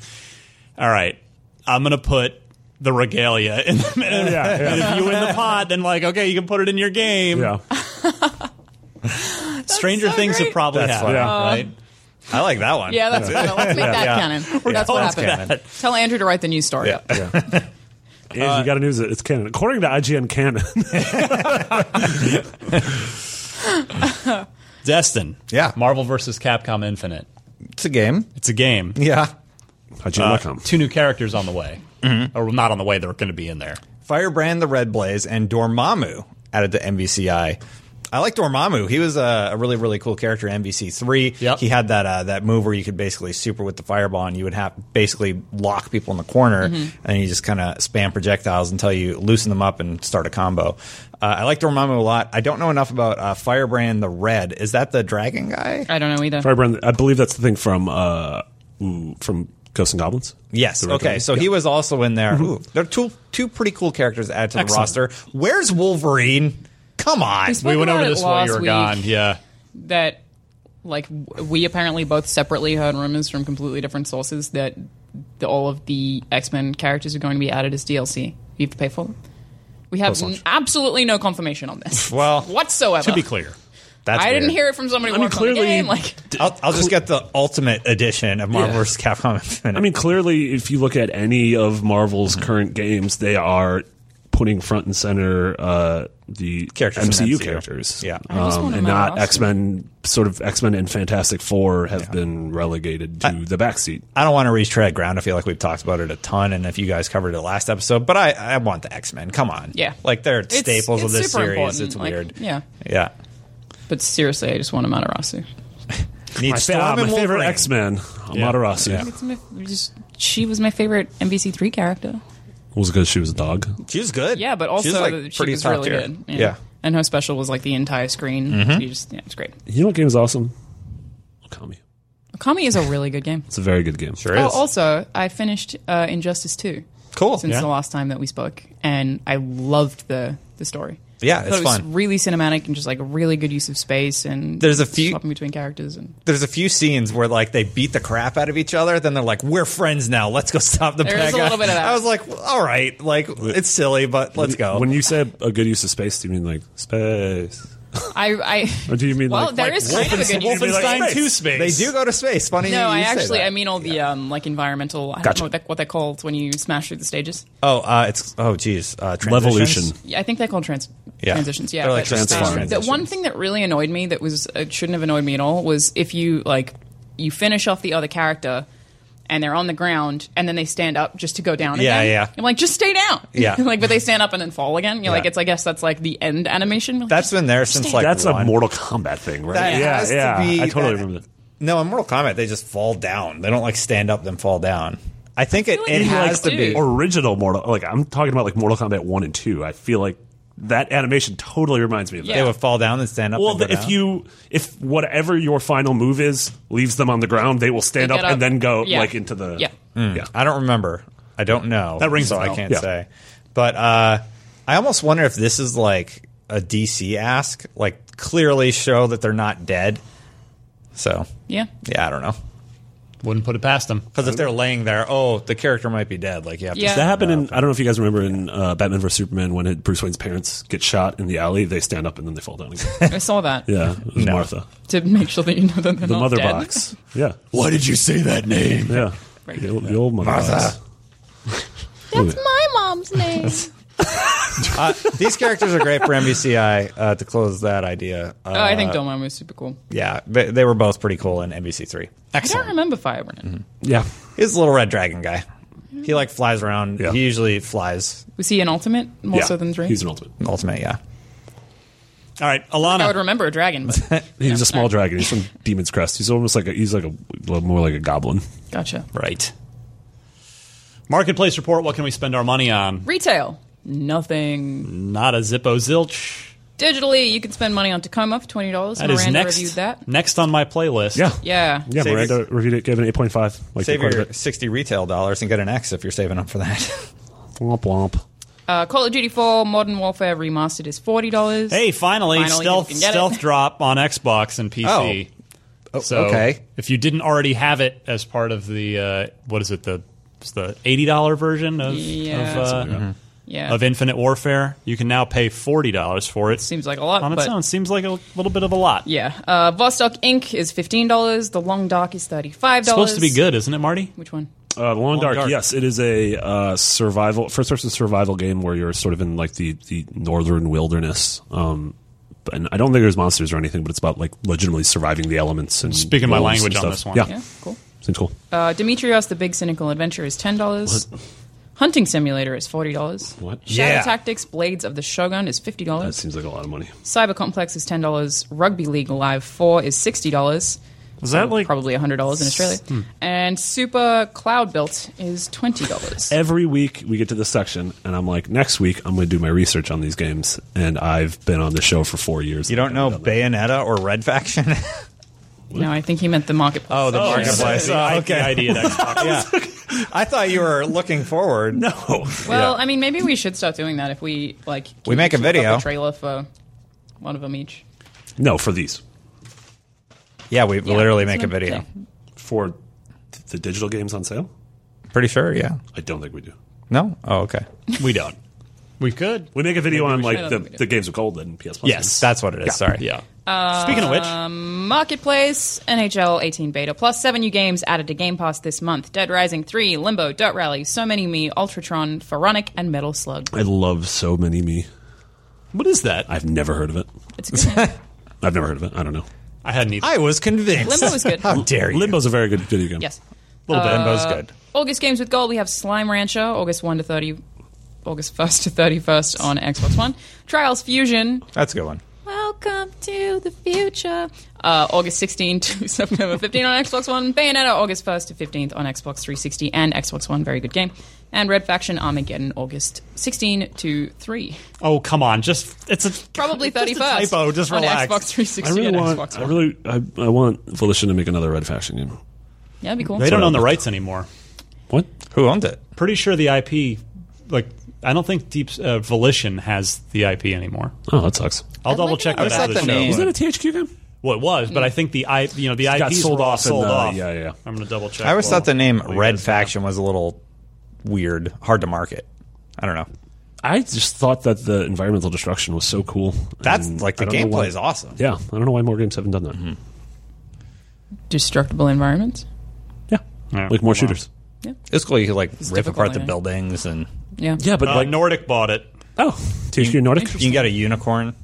Speaker 1: all right, I'm gonna put the regalia in the minute. And if you win the pot, then like, okay, you can put it in your game.
Speaker 2: Yeah.
Speaker 1: Stranger
Speaker 4: so
Speaker 1: Things
Speaker 4: great.
Speaker 1: have probably
Speaker 3: That's
Speaker 1: happened,
Speaker 2: funny.
Speaker 1: right?
Speaker 3: I like that one.
Speaker 4: Yeah, that's canon. Let's make that
Speaker 3: Yeah.
Speaker 4: canon. That's what
Speaker 3: that's
Speaker 4: happened.
Speaker 3: canon.
Speaker 4: Tell Andrew to write the news story. up.
Speaker 2: And you got to news it. It's canon according to IGN canon.
Speaker 1: Destin.
Speaker 3: Yeah.
Speaker 1: Marvel vs. Capcom Infinite.
Speaker 3: It's a game.
Speaker 1: It's a game. Uh,
Speaker 3: Yeah.
Speaker 2: IGN.com.
Speaker 1: Two new characters on the way. Or not on the way, they're going to be in there.
Speaker 3: Firebrand the Red Blaze and Dormammu added to MVCI. I like Dormammu. He was a, a really really cool character in MVC three.
Speaker 1: Yep.
Speaker 3: He had that uh, that move where you could basically super with the fireball and you would have basically lock people in the corner and you just kind of spam projectiles until you loosen them up and start a combo. Uh, I like Dormammu a lot. I don't know enough about uh, Firebrand the Red. Is that the dragon guy?
Speaker 4: I don't know either.
Speaker 2: Firebrand. I believe that's the thing from uh ooh, from Ghosts and Goblins.
Speaker 3: Yes.
Speaker 2: The Red
Speaker 3: Okay.
Speaker 2: Dragon.
Speaker 3: So he was also in there. Ooh, there are two two pretty cool characters added to
Speaker 1: Excellent.
Speaker 3: the roster. Where's Wolverine? Come on.
Speaker 4: He's- Spoke
Speaker 1: we went
Speaker 4: about
Speaker 1: over
Speaker 4: it
Speaker 1: this while
Speaker 4: last
Speaker 1: you were
Speaker 4: week.
Speaker 1: gone. Yeah.
Speaker 4: that like w- we apparently both separately heard rumors from completely different sources that the, all of the X-Men characters are going to be added as DLC. You have to pay for them. We have n-
Speaker 2: launch.
Speaker 4: absolutely no confirmation on this.
Speaker 3: Well,
Speaker 4: whatsoever.
Speaker 1: To be clear.
Speaker 3: That's
Speaker 4: I didn't
Speaker 3: weird.
Speaker 4: hear it from somebody who
Speaker 2: I mean,
Speaker 4: worked on the
Speaker 2: clearly-
Speaker 4: game. Like,
Speaker 3: I'll, I'll just get the ultimate edition of Marvel vs. Capcom Infinite.
Speaker 2: I mean, clearly, if you look at any of Marvel's current games, they are putting front and center uh, the
Speaker 3: Characters from
Speaker 2: MCU,
Speaker 3: MCU.
Speaker 2: characters.
Speaker 3: Yeah. I
Speaker 4: just
Speaker 2: um,
Speaker 4: want
Speaker 2: and
Speaker 4: them out
Speaker 2: not
Speaker 4: also.
Speaker 2: X Men. Sort of X Men and Fantastic Four have been relegated to the backseat.
Speaker 3: I don't want to retread ground. I feel like we've talked about it a ton, and if you guys covered it last episode, but I, I want the X Men. Come on,
Speaker 4: Yeah.
Speaker 3: like they're
Speaker 4: It's-
Speaker 3: staples of
Speaker 4: it's
Speaker 3: this
Speaker 4: super
Speaker 3: series.
Speaker 4: important,
Speaker 3: It's
Speaker 4: like,
Speaker 3: weird.
Speaker 4: yeah.
Speaker 3: yeah.
Speaker 4: but seriously, I just want him out of Rasu.
Speaker 3: Need
Speaker 2: My,
Speaker 3: Storm
Speaker 2: fa-
Speaker 3: and
Speaker 2: my favorite
Speaker 3: Wolverine.
Speaker 2: X Men, Amaterasu.
Speaker 4: It's my, just, she was my favorite MVC three character.
Speaker 2: Was because she was a dog.
Speaker 3: She was good.
Speaker 4: Yeah, but
Speaker 3: she
Speaker 4: also
Speaker 3: was, like,
Speaker 4: the- she
Speaker 3: pretty
Speaker 4: was
Speaker 3: top
Speaker 4: really
Speaker 3: tier. Mm-hmm.
Speaker 4: good.
Speaker 3: Yeah.
Speaker 4: and her special was like the entire screen. You just, yeah, it's great.
Speaker 2: You know what game is awesome? Okami.
Speaker 4: Okami is a really good game.
Speaker 2: It's a very good game.
Speaker 3: sure is.
Speaker 4: Oh, also, I finished uh, Injustice 2
Speaker 3: cool.
Speaker 4: since the last time that we spoke, and I loved the the story.
Speaker 3: Yeah,
Speaker 4: I thought
Speaker 3: it's
Speaker 4: it was
Speaker 3: fun.
Speaker 4: Really cinematic and just like a really good use of space and
Speaker 3: There's a few-
Speaker 4: swapping between characters and
Speaker 3: There's a few scenes where like they beat the crap out of each other, then they're like, "We're friends now. Let's go stop the
Speaker 4: There
Speaker 3: bad
Speaker 4: is a
Speaker 3: guy."
Speaker 4: little bit of that.
Speaker 3: I was like, well, "All right, like it's silly, but let's go."
Speaker 2: When you say a good use of space, do you mean like space?
Speaker 4: I. I
Speaker 2: Or do you mean
Speaker 4: well,
Speaker 2: like,
Speaker 4: there
Speaker 2: like
Speaker 4: is kind of a good use. of
Speaker 1: Wolfenstein
Speaker 4: space.
Speaker 1: 2 space.
Speaker 3: they do go to space. Funny.
Speaker 4: No,
Speaker 3: you
Speaker 4: I
Speaker 3: say
Speaker 4: actually
Speaker 3: that.
Speaker 4: I mean all the um, like environmental. I
Speaker 2: Gotcha.
Speaker 4: don't know what, they, what they're called when you smash through the stages.
Speaker 3: Oh, uh, it's oh, geez, uh,
Speaker 2: Levolution.
Speaker 3: transitions?
Speaker 4: Yeah, I think they're called trans-
Speaker 3: Yeah.
Speaker 4: transitions. Yeah,
Speaker 3: They're like
Speaker 4: but, um,
Speaker 3: transforms.
Speaker 4: The one thing that really annoyed me that was it shouldn't have annoyed me at all was if you like you finish off the other character and they're on the ground and then they stand up just to go down.
Speaker 3: Yeah,
Speaker 4: again.
Speaker 3: yeah.
Speaker 4: I'm like, just stay down.
Speaker 3: Yeah.
Speaker 4: like, but they stand up and then fall again. You're
Speaker 3: Yeah.
Speaker 4: like, it's I guess that's like the end animation. Like,
Speaker 3: That's been there since like
Speaker 2: That's a
Speaker 3: one.
Speaker 2: Mortal Kombat thing, right?
Speaker 3: That
Speaker 2: yeah,
Speaker 3: has to
Speaker 2: yeah.
Speaker 3: be-
Speaker 2: I totally
Speaker 3: that-
Speaker 2: remember that.
Speaker 3: No, in Mortal Kombat they just fall down. They don't like stand up then fall down. I think it,
Speaker 4: feel like
Speaker 3: it
Speaker 4: they
Speaker 3: has
Speaker 4: like
Speaker 3: to
Speaker 4: do.
Speaker 3: be.
Speaker 4: Or-
Speaker 2: Original Mortal, like I'm talking about, like Mortal Kombat one and two. I feel like that animation totally reminds me of that.
Speaker 3: They would fall down and stand up.
Speaker 2: Well,
Speaker 3: and go
Speaker 2: the, if
Speaker 3: down.
Speaker 2: you if whatever your final move is leaves them on the ground, they will stand
Speaker 4: They
Speaker 2: up,
Speaker 4: get up.
Speaker 2: and then go
Speaker 4: Yeah.
Speaker 2: like into the
Speaker 4: Yeah.
Speaker 2: yeah.
Speaker 3: I don't remember. I don't know.
Speaker 1: That rings
Speaker 3: so
Speaker 1: a
Speaker 3: I
Speaker 1: bell.
Speaker 3: can't
Speaker 2: Yeah.
Speaker 3: say. But uh, I almost wonder if this is like a DC ask, like clearly show that they're not dead. So
Speaker 4: Yeah.
Speaker 3: yeah, I don't know.
Speaker 1: Wouldn't put it past them.
Speaker 3: Because if they're laying there, oh, the character might be dead. Like you have
Speaker 4: Yeah.
Speaker 3: to.
Speaker 2: That happened in I don't know if you guys remember in uh, Batman vs Superman when Bruce Wayne's parents get shot in the alley, they stand up and then they fall down again.
Speaker 4: I saw that
Speaker 2: yeah, it was
Speaker 3: No.
Speaker 2: Martha,
Speaker 4: to make sure that you know that they're
Speaker 2: the
Speaker 4: not
Speaker 2: mother
Speaker 4: dead.
Speaker 2: box. Yeah,
Speaker 5: Why did you say that name?
Speaker 2: yeah,
Speaker 4: Right.
Speaker 2: the, old, the old mother box.
Speaker 6: That's my mom's name.
Speaker 3: Uh, these characters are great for NBCI uh, to close that idea. Uh,
Speaker 4: Oh, I think Dormammu was super cool.
Speaker 3: yeah, they, they were both pretty cool in NBC three.
Speaker 4: I don't remember Firebrand.
Speaker 1: Mm-hmm.
Speaker 2: Yeah,
Speaker 3: He's a little red dragon guy. He like flies around.
Speaker 2: Yeah.
Speaker 3: He usually flies.
Speaker 4: Was he an ultimate more
Speaker 2: yeah.
Speaker 4: so than three?
Speaker 2: He's an ultimate.
Speaker 3: Ultimate, yeah.
Speaker 1: All right,
Speaker 4: I would
Speaker 1: Alana.
Speaker 4: remember a dragon. But
Speaker 2: He's a small dragon. He's from Demon's Crest. He's almost like a, he's like a more like a goblin.
Speaker 4: gotcha.
Speaker 3: Right.
Speaker 1: Marketplace report. What can we spend our money on?
Speaker 4: Retail. Nothing.
Speaker 1: Not a Zippo zilch.
Speaker 4: Digitally, you can spend money on Tacoma for twenty dollars.
Speaker 1: That is
Speaker 4: Miranda
Speaker 1: next.
Speaker 4: reviewed that.
Speaker 1: Next on my playlist.
Speaker 2: Yeah,
Speaker 4: Yeah.
Speaker 2: yeah.
Speaker 3: Save
Speaker 2: Miranda
Speaker 3: your-
Speaker 2: reviewed it, gave it an eight point five. Like
Speaker 3: Save
Speaker 2: quite a
Speaker 3: your
Speaker 2: bit.
Speaker 3: sixty retail dollars and get an X if you're saving up for that.
Speaker 2: Womp womp.
Speaker 4: Uh, Call of Duty Four Modern Warfare Remastered is forty dollars.
Speaker 1: Hey, finally,
Speaker 4: Finally, you
Speaker 1: stealth
Speaker 4: can get it.
Speaker 1: stealth drop on Xbox and PC. so
Speaker 3: okay.
Speaker 1: if you didn't already have it as part of the uh, what is it the it's the eighty dollar version of
Speaker 4: Yeah.
Speaker 1: of, uh,
Speaker 4: Yeah.
Speaker 1: of Infinite Warfare, you can now pay forty dollars for it.
Speaker 4: Seems like a lot,
Speaker 1: on its
Speaker 4: but-
Speaker 1: own. Seems like a little bit of a lot.
Speaker 4: Yeah. Uh, Vostok Inc. is fifteen dollars. The Long Dark is thirty-five
Speaker 1: It's
Speaker 4: dollars.
Speaker 1: supposed to be good, isn't it, Marty?
Speaker 4: Which one?
Speaker 2: Uh, Long, Dark,
Speaker 1: Dark.
Speaker 2: yes, it is a uh, survival first person survival game where you're sort of in like the the northern wilderness. Um, and I don't think there's monsters or anything, but it's about like legitimately surviving the elements and
Speaker 1: Speaking my
Speaker 2: wolves
Speaker 1: language
Speaker 2: and
Speaker 1: on
Speaker 2: stuff.
Speaker 1: this one.
Speaker 2: Yeah,
Speaker 4: Yeah. Cool.
Speaker 2: seems cool.
Speaker 4: Uh, Demetrios: The Big Cynical Adventure is ten dollars. Hunting Simulator is forty dollars.
Speaker 2: What?
Speaker 4: Shadow
Speaker 3: Yeah.
Speaker 4: Tactics: Blades of the Shogun is fifty
Speaker 2: That
Speaker 4: dollars.
Speaker 2: seems like a lot of money.
Speaker 4: Cyber Complex is ten dollars. Rugby League Live Four is sixty dollars.
Speaker 1: Is that like
Speaker 4: Probably hundred dollars in
Speaker 3: Hmm.
Speaker 4: Australia. And Super Cloud Built is twenty dollars.
Speaker 2: Every week we get to this section, and I'm like, next week I'm going to do my research on these games, and I've been on the show for four years.
Speaker 3: You don't know Bayonetta or Red Faction?
Speaker 4: no, I think he meant the marketplace.
Speaker 3: oh, the marketplace.
Speaker 1: uh,
Speaker 3: okay.
Speaker 1: the idea at Xbox?
Speaker 3: Yeah. I thought you were looking forward. No.
Speaker 4: Well, I mean, maybe we should start doing that if we like.
Speaker 3: We
Speaker 4: keep-
Speaker 3: make a
Speaker 4: keep up
Speaker 3: video.
Speaker 4: trailer for one of them each.
Speaker 2: No, for these,
Speaker 3: Yeah, we
Speaker 4: Yeah,
Speaker 3: literally
Speaker 4: that's
Speaker 3: make a
Speaker 4: what I'm
Speaker 3: video.
Speaker 4: saying.
Speaker 2: for th- the digital games on sale.
Speaker 3: Pretty sure, yeah.
Speaker 2: I don't think we do.
Speaker 3: No? Oh, okay.
Speaker 1: we don't. We could.
Speaker 2: We make a video on
Speaker 4: I
Speaker 2: like
Speaker 4: don't
Speaker 2: the,
Speaker 4: think we do.
Speaker 2: the games of gold and PS Plus. games.
Speaker 1: Yes,
Speaker 3: That's what it is. Sorry.
Speaker 1: yeah. Speaking of which,
Speaker 4: Um, Marketplace, NHL 18 beta, plus seven new games added to Game Pass this month Dead Rising 3, Limbo, Dirt Rally, So Many Me, Ultratron, Pharaonic, and Metal Slug.
Speaker 2: I love so many me.
Speaker 1: what is that? I,
Speaker 2: I've never heard of it.
Speaker 4: It's a good name.
Speaker 2: I've never heard of it. I don't know.
Speaker 1: had an e-
Speaker 3: I was convinced.
Speaker 4: Limbo is good.
Speaker 3: How dare you?
Speaker 2: Limbo's a very good video game.
Speaker 4: yes.
Speaker 3: little bit. Limbo's
Speaker 4: uh,
Speaker 3: good.
Speaker 4: August games with gold, we have Slime Rancher, August 1 to 30. August 1st to 31st on Xbox One. Trials Fusion,
Speaker 3: That's a good one.
Speaker 4: Welcome to the future. Uh, August 16 to September 15 on Xbox One. Bayonetta, August 1st to 15th on Xbox 360 and Xbox One. Very good game. And Red Faction Armageddon, August 16 to 3.
Speaker 1: oh come on, just it's a
Speaker 4: Probably
Speaker 1: it's just
Speaker 4: 31st.
Speaker 1: a typo. Just
Speaker 4: on
Speaker 1: relax.
Speaker 4: Xbox 360
Speaker 2: I really
Speaker 4: and
Speaker 2: want.
Speaker 4: Xbox
Speaker 2: I
Speaker 4: One.
Speaker 2: really. I, I want Volition to make another Red Faction game.
Speaker 4: yeah, that'd be cool.
Speaker 1: They don't own the rights anymore.
Speaker 2: What?
Speaker 3: Who owned it?
Speaker 1: Pretty sure the IP, like I don't think Deep uh, Volition has the IP anymore.
Speaker 2: Oh, that sucks.
Speaker 1: I'll
Speaker 4: I'd
Speaker 1: double
Speaker 4: like
Speaker 1: check
Speaker 4: to
Speaker 1: that
Speaker 4: know
Speaker 1: out of
Speaker 3: what
Speaker 1: the
Speaker 3: that name
Speaker 1: show.
Speaker 3: is.
Speaker 2: Is
Speaker 1: but-
Speaker 2: that a THQ game?
Speaker 1: Well, it was, but I think the I, you know, the
Speaker 2: got
Speaker 1: IPs
Speaker 2: sold
Speaker 1: were all
Speaker 2: off in
Speaker 1: sold
Speaker 2: the-
Speaker 1: off.
Speaker 2: yeah, yeah.
Speaker 1: I'm gonna double check.
Speaker 3: I always
Speaker 1: Well,
Speaker 3: thought the name
Speaker 1: well, you
Speaker 3: Red
Speaker 1: guys know.
Speaker 3: Faction was a little weird, hard to market. I don't know.
Speaker 2: I just thought that the environmental destruction was so cool.
Speaker 3: That's
Speaker 2: and
Speaker 3: like
Speaker 2: I
Speaker 3: the
Speaker 2: don't know why-
Speaker 3: gameplay is awesome.
Speaker 2: Yeah, I don't know why more games haven't done that.
Speaker 4: Destructible environments.
Speaker 2: Yeah.
Speaker 1: Yeah.
Speaker 2: like more shooters.
Speaker 3: It's cool you could like rip
Speaker 4: difficult,
Speaker 3: apart the
Speaker 4: I know.
Speaker 3: buildings and
Speaker 4: Yeah.
Speaker 2: Yeah, but
Speaker 1: Uh,
Speaker 2: like
Speaker 1: Nordic bought it.
Speaker 2: oh, THQ Nordic.
Speaker 3: you can get a unicorn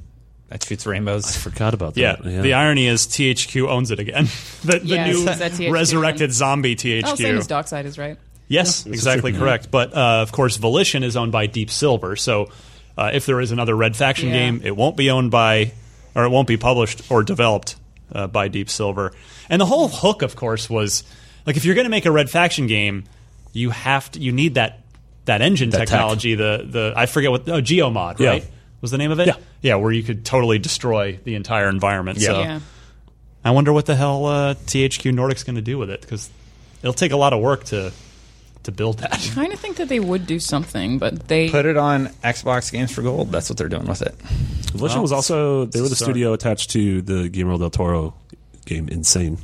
Speaker 3: that shoots rainbows.
Speaker 2: Forgot about
Speaker 1: Yeah.
Speaker 2: that. Yeah,
Speaker 1: The irony is THQ owns it again. the the
Speaker 4: Yeah, is that
Speaker 1: new
Speaker 4: THQ
Speaker 1: resurrected
Speaker 4: again?
Speaker 1: zombie THQ.
Speaker 4: Oh, same as Darkseid is right.
Speaker 1: Yes, exactly correct. But uh, of course, Volition is owned by Deep Silver. So uh, if there is another Red Faction
Speaker 4: Yeah.
Speaker 1: game, it won't be owned by, or it won't be published or developed uh, by Deep Silver. And the whole hook, of course, was like if you're going to make a Red Faction game, you have to, you need that that engine
Speaker 2: That tech.
Speaker 1: technology. The the I forget what oh, GeoMod,
Speaker 2: Yeah.
Speaker 1: right? was the name of it.
Speaker 2: Yeah.
Speaker 1: yeah, where you could totally destroy the entire environment. So
Speaker 4: yeah.
Speaker 1: I wonder what the hell uh, THQ Nordic's going to do with it because it'll take a lot of work to to build that.
Speaker 4: Kind of think that they would do something, but they
Speaker 3: Put it on Xbox Games for Gold. That's what they're doing with it.
Speaker 2: Volition was also they were the
Speaker 1: start.
Speaker 2: studio attached to the Guillermo del Toro game Insane.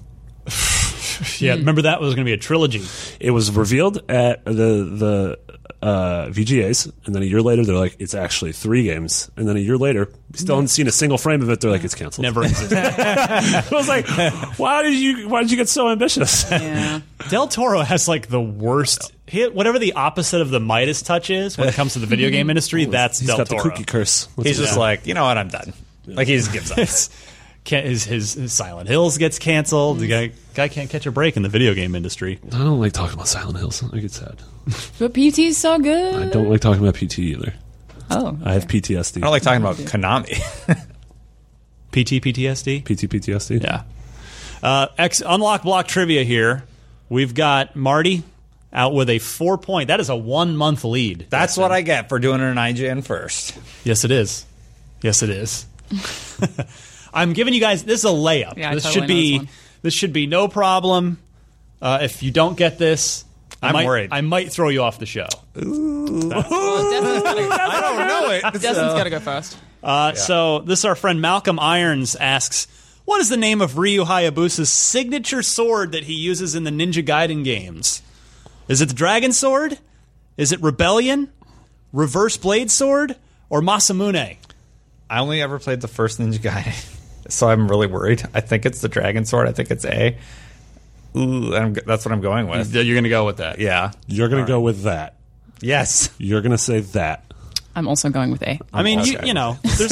Speaker 1: yeah, remember that was going to be a trilogy.
Speaker 2: It was revealed at the the uh, VGAs, and then a year later they're like, it's actually three games, and then a year later we still haven't seen a single frame of it. They're like, it's canceled.
Speaker 1: Never existed.
Speaker 2: I was like, why did you why did you get so ambitious?
Speaker 4: yeah.
Speaker 1: Del Toro has like the worst. He, whatever the opposite of the Midas touch is when it comes to the video game industry, that's
Speaker 2: He's
Speaker 1: Del
Speaker 2: got
Speaker 1: Toro.
Speaker 2: the cookie curse. What's
Speaker 3: He's
Speaker 2: his
Speaker 3: just
Speaker 2: name?
Speaker 3: like, you know what, I'm done. Like he just gives up.
Speaker 1: Can't, his, his his Silent Hills gets canceled. The guy guy can't catch a break in the video game industry.
Speaker 2: I don't like talking about Silent Hills. I get sad.
Speaker 4: But PT's so
Speaker 2: I
Speaker 4: good.
Speaker 2: don't like talking about PT either.
Speaker 4: Oh.
Speaker 2: I have PTSD.
Speaker 3: I don't like talking about Konami.
Speaker 1: PT PTSD.
Speaker 2: PT PTSD.
Speaker 1: Yeah. Uh, X, unlock block trivia here. We've got Marty out with a four point. That is a one month lead.
Speaker 3: That's what I get for doing an IGN first.
Speaker 1: Yes, it is. Yes, it is. I'm giving you guys this is a layup.
Speaker 4: Yeah, I
Speaker 1: this
Speaker 4: totally
Speaker 1: should
Speaker 4: know this
Speaker 1: be
Speaker 4: one.
Speaker 1: this should be no problem. Uh, if you don't get this, I
Speaker 3: I'm
Speaker 1: might,
Speaker 3: worried.
Speaker 1: I mimight throw you off the show.
Speaker 4: Desmond's gotta,
Speaker 3: I don't know it.
Speaker 4: Desmond's gotta go first.
Speaker 1: Uh, So this our friend Malcolm Irons asks, what is the name of Ryu Hayabusa's signature sword that he uses in the Ninja Gaiden games? Is it the Dragon Sword? Is it Rebellion? Reverse Blade Sword? Or Masamune?
Speaker 3: I only ever played the first Ninja Gaiden, so I'm really worried. I think it's the Dragon Sword. I think it's A. Ooh, I'm, that's what I'm going with.
Speaker 1: You're going to go with that.
Speaker 3: Yeah.
Speaker 2: You're gonna go with that.
Speaker 3: Yes.
Speaker 2: You're gonna say that.
Speaker 4: I'm also going with A.
Speaker 1: I mean, you,
Speaker 3: Okay.
Speaker 1: you know, there's